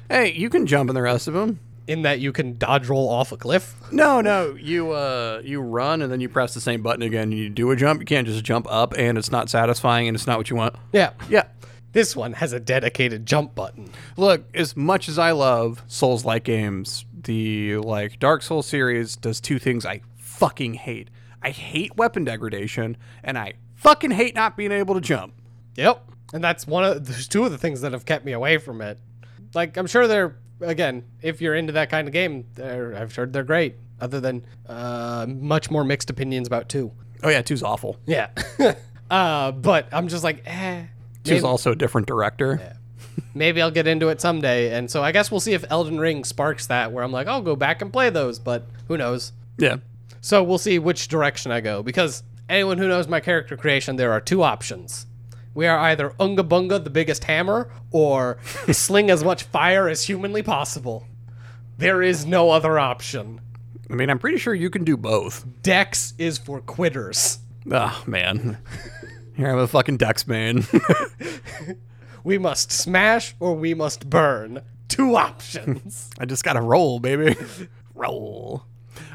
A: hey, you can jump in the rest of them.
B: in that you can dodge roll off a cliff.
A: No, no. You uh, you run and then you press the same button again. and You do a jump. You can't just jump up, and it's not satisfying, and it's not what you want.
B: Yeah.
A: Yeah.
B: This one has a dedicated jump button.
A: Look, as much as I love Souls-like games, the like Dark Souls series does two things I fucking hate. I hate weapon degradation, and I fucking hate not being able to jump.
B: Yep. And that's one of there's two of the things that have kept me away from it. Like I'm sure they're again, if you're into that kind of game, they're, I've heard they're great. Other than uh, much more mixed opinions about two.
A: Oh yeah, two's awful.
B: Yeah. uh, but I'm just like, eh.
A: Two's
B: maybe-
A: also a different director.
B: maybe I'll get into it someday. And so I guess we'll see if Elden Ring sparks that, where I'm like, I'll go back and play those, but who knows?
A: Yeah.
B: So we'll see which direction I go. Because anyone who knows my character creation, there are two options. We are either Unga Bunga, the biggest hammer, or sling as much fire as humanly possible. There is no other option.
A: I mean, I'm pretty sure you can do both.
B: Dex is for quitters.
A: Oh man. Here I'm a fucking Dex main.
B: We must smash or we must burn. Two options.
A: I just gotta roll, baby. roll.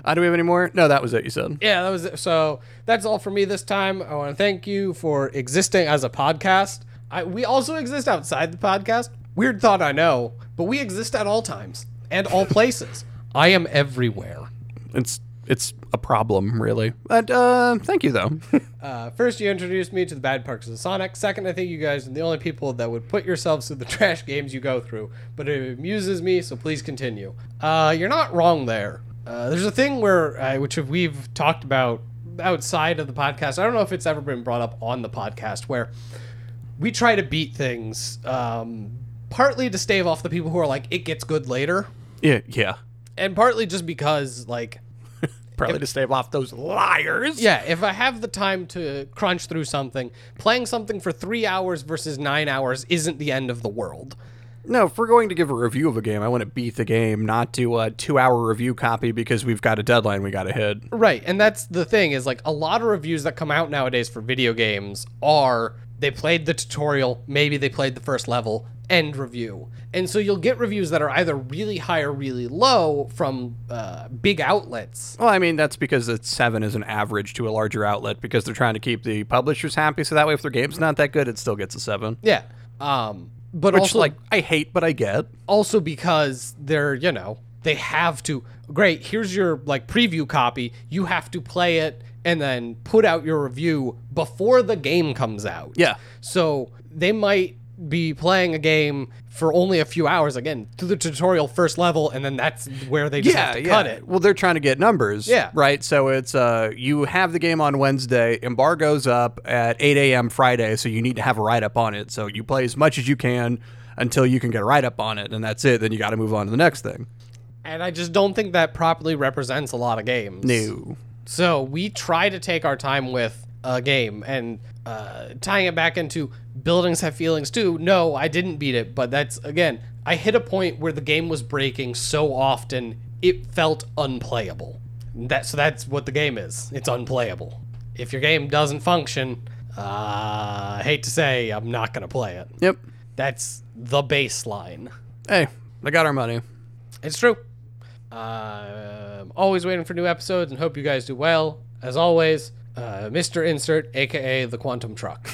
A: Uh, do we have any more? No, that was it. You said.
B: yeah, that was it. So that's all for me this time. I want to thank you for existing as a podcast. I, we also exist outside the podcast. Weird thought, I know, but we exist at all times and all places. I am everywhere.
A: It's it's a problem, really. But uh, thank you though.
B: Uh, first, you introduced me to the bad parts of the Sonic. Second, I think you guys are the only people that would put yourselves through the trash games you go through. But it amuses me, so please continue. Uh, you're not wrong there. Uh, there's a thing where, uh, which we've talked about outside of the podcast. I don't know if it's ever been brought up on the podcast, where we try to beat things, um, partly to stave off the people who are like, it gets good later,
A: yeah, yeah.
B: and partly just because, like,
A: Probably to stave off those liars.
B: Yeah, if I have the time to crunch through something, playing something for three hours versus nine hours isn't the end of the world.
A: No, if we're going to give a review of a game, I want to beat the game, not do a two-hour review copy because we've got a deadline we got to hit.
B: Right, and that's the thing is like a lot of reviews that come out nowadays for video games are they played the tutorial, maybe they played the first level, end review. And so you'll get reviews that are either really high or really low from uh, big outlets.
A: Well, I mean that's because it's seven is an average to a larger outlet because they're trying to keep the publishers happy. So that way, if their game's not that good, it still gets a seven.
B: Yeah. Um, but
A: Which,
B: also
A: like, I hate, but I get.
B: also because they're you know they have to great here's your like preview copy you have to play it and then put out your review before the game comes out
A: Yeah.
B: so they might be playing a game for only a few hours again through the tutorial first level and then that's where they just have to cut it
A: Well, they're trying to get numbers.
B: Yeah.
A: Right. So it's uh, you have the game on Wednesday. Embargo's up at 8 a.m. Friday, so you need to have a write up on it. So you play as much as you can until you can get a write up on it, and that's it. Then you got to move on to the next thing.
B: and i just don't think that properly represents a lot of games
A: New.
B: So we try to take our time with a game and uh, tying it back into buildings have feelings too. No, I didn't beat it, but that's again, I hit a point where the game was breaking so often it felt unplayable. That so that's what the game is. It's unplayable. If your game doesn't function, uh, I hate to say, I'm not gonna play it.
A: Yep.
B: That's the baseline.
A: Hey, they got our money.
B: It's true. Um always waiting for new episodes and hope you guys do well. As always, uh, Mr. Insert, aka the Quantum Truck.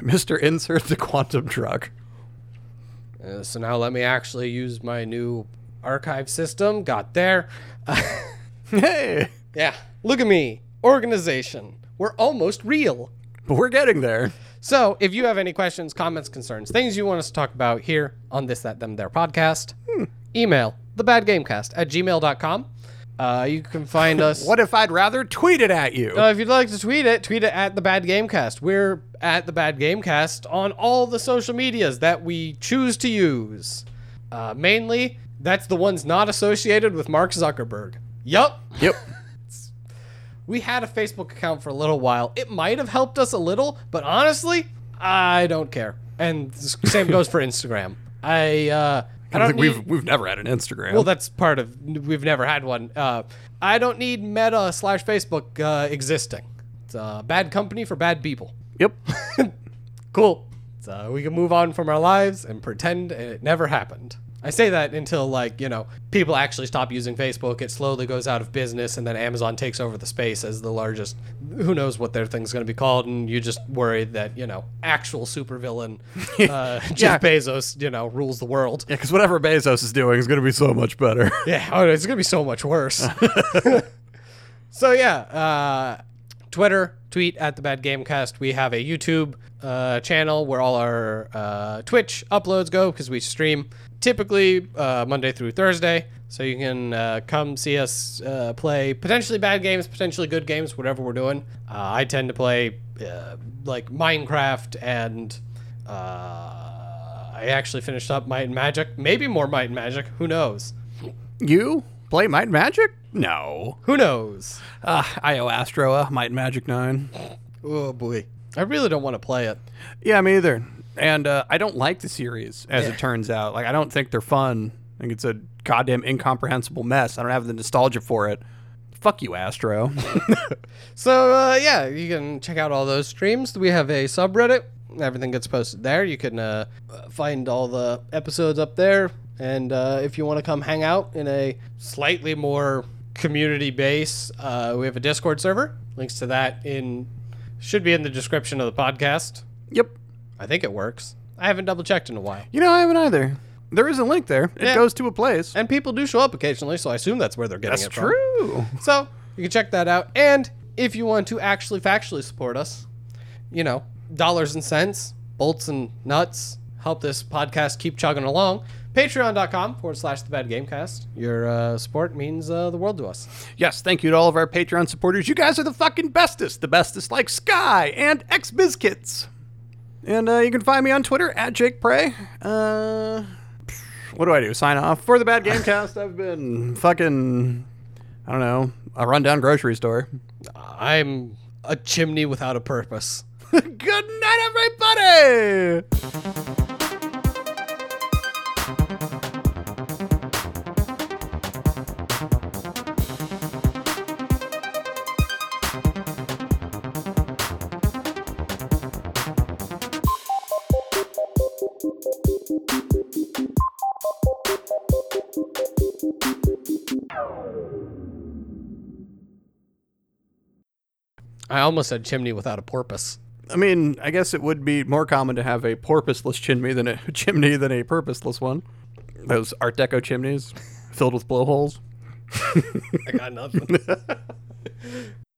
A: Mr. Insert the Quantum Truck.
B: uh, so now let me actually use my new archive system. Got there. Uh,
A: Hey.
B: Yeah, look at me. Organization. We're almost real.
A: but we're getting there.
B: So, if you have any questions, comments, concerns, things you want us to talk about here on This, That, Them, Their podcast, email thebadgamecast at gmail.com. Uh, you can find us.
A: What if I'd rather tweet it at you?
B: Uh, if you'd like to tweet it, tweet it at the Bad Gamecast. We're at the Bad Gamecast on all the social medias that we choose to use. Uh, mainly, that's the ones not associated with Mark Zuckerberg. Yup.
A: yep.
B: We had a Facebook account for a little while. It might have helped us a little, but honestly, I don't care. And s- same goes for Instagram. I uh, I
A: I don't
B: don't
A: think
B: need,
A: we've we've never had an Instagram.
B: well, that's part of we've never had one. Uh, I don't need Meta slash Facebook uh, existing. It's uh, bad company for bad people.
A: yep.
B: Cool. So we can move on from our lives and pretend it never happened. I say that until like you know people actually stop using Facebook. It slowly goes out of business, and then Amazon takes over the space as the largest. Who knows what their thing's going to be called? And you just worry that you know actual supervillain uh, Jeff Bezos you know rules the world.
A: Yeah, because whatever Bezos is doing is going to be so much better.
B: Yeah, oh, it's gonna be so much worse. so yeah, uh, Twitter, tweet at the Bad Gamecast. We have a YouTube uh, channel where all our uh, Twitch uploads go because we stream typically uh, Monday through Thursday. So you can uh, come see us uh, play potentially bad games, potentially good games, whatever we're doing. Uh, I tend to play uh, like Minecraft and. Uh, I actually finished up Might and Magic. Maybe more Might and Magic. Who knows?
A: you play Might and Magic? No.
B: Who knows?
A: Uh, IO Astroa, Might and Magic 9.
B: Oh boy. I really don't want to play it.
A: Yeah, me either. And uh, I don't like the series, as it turns out. Like, I don't think they're fun. I think it's a goddamn incomprehensible mess. I don't have the nostalgia for it. Fuck you, Astro.
B: So uh, yeah, you can check out all those streams. We have a subreddit. Everything gets posted there. You can uh, find all the episodes up there. And uh, if you want to come hang out in a slightly more community base, uh, we have a Discord server. Links to that in should be in the description of the podcast.
A: yep.
B: I think it works. I haven't double checked in a while.
A: You know, I haven't either. There is a link there. It
B: Yeah.
A: goes to a place.
B: And people do show up occasionally, so I assume that's where they're getting
A: That's
B: it from.
A: true.
B: So you can check that out. And if you want to actually factually support us, you know, dollars and cents, bolts and nuts, help this podcast keep chugging along. Patreon.com forward slash the bad gamecast. Your uh, support means uh, the world to us.
A: Yes, thank you to all of our Patreon supporters. You guys are the fucking bestest. The bestest like Sky and X Biscuits. And uh, you can find me on Twitter at Jake Prey. Uh, what do I do? Sign off for the Bad Gamecast. I've been fucking, I don't know, a rundown grocery store.
B: I'm a chimney without a purpose.
A: Good night, everybody.
B: I almost said chimney without a porpoise.
A: I mean, I guess it would be more common to have a porpoiseless chimney than a chimney than a purposeless one. Those Art Deco chimneys filled with blowholes.
B: I got nothing.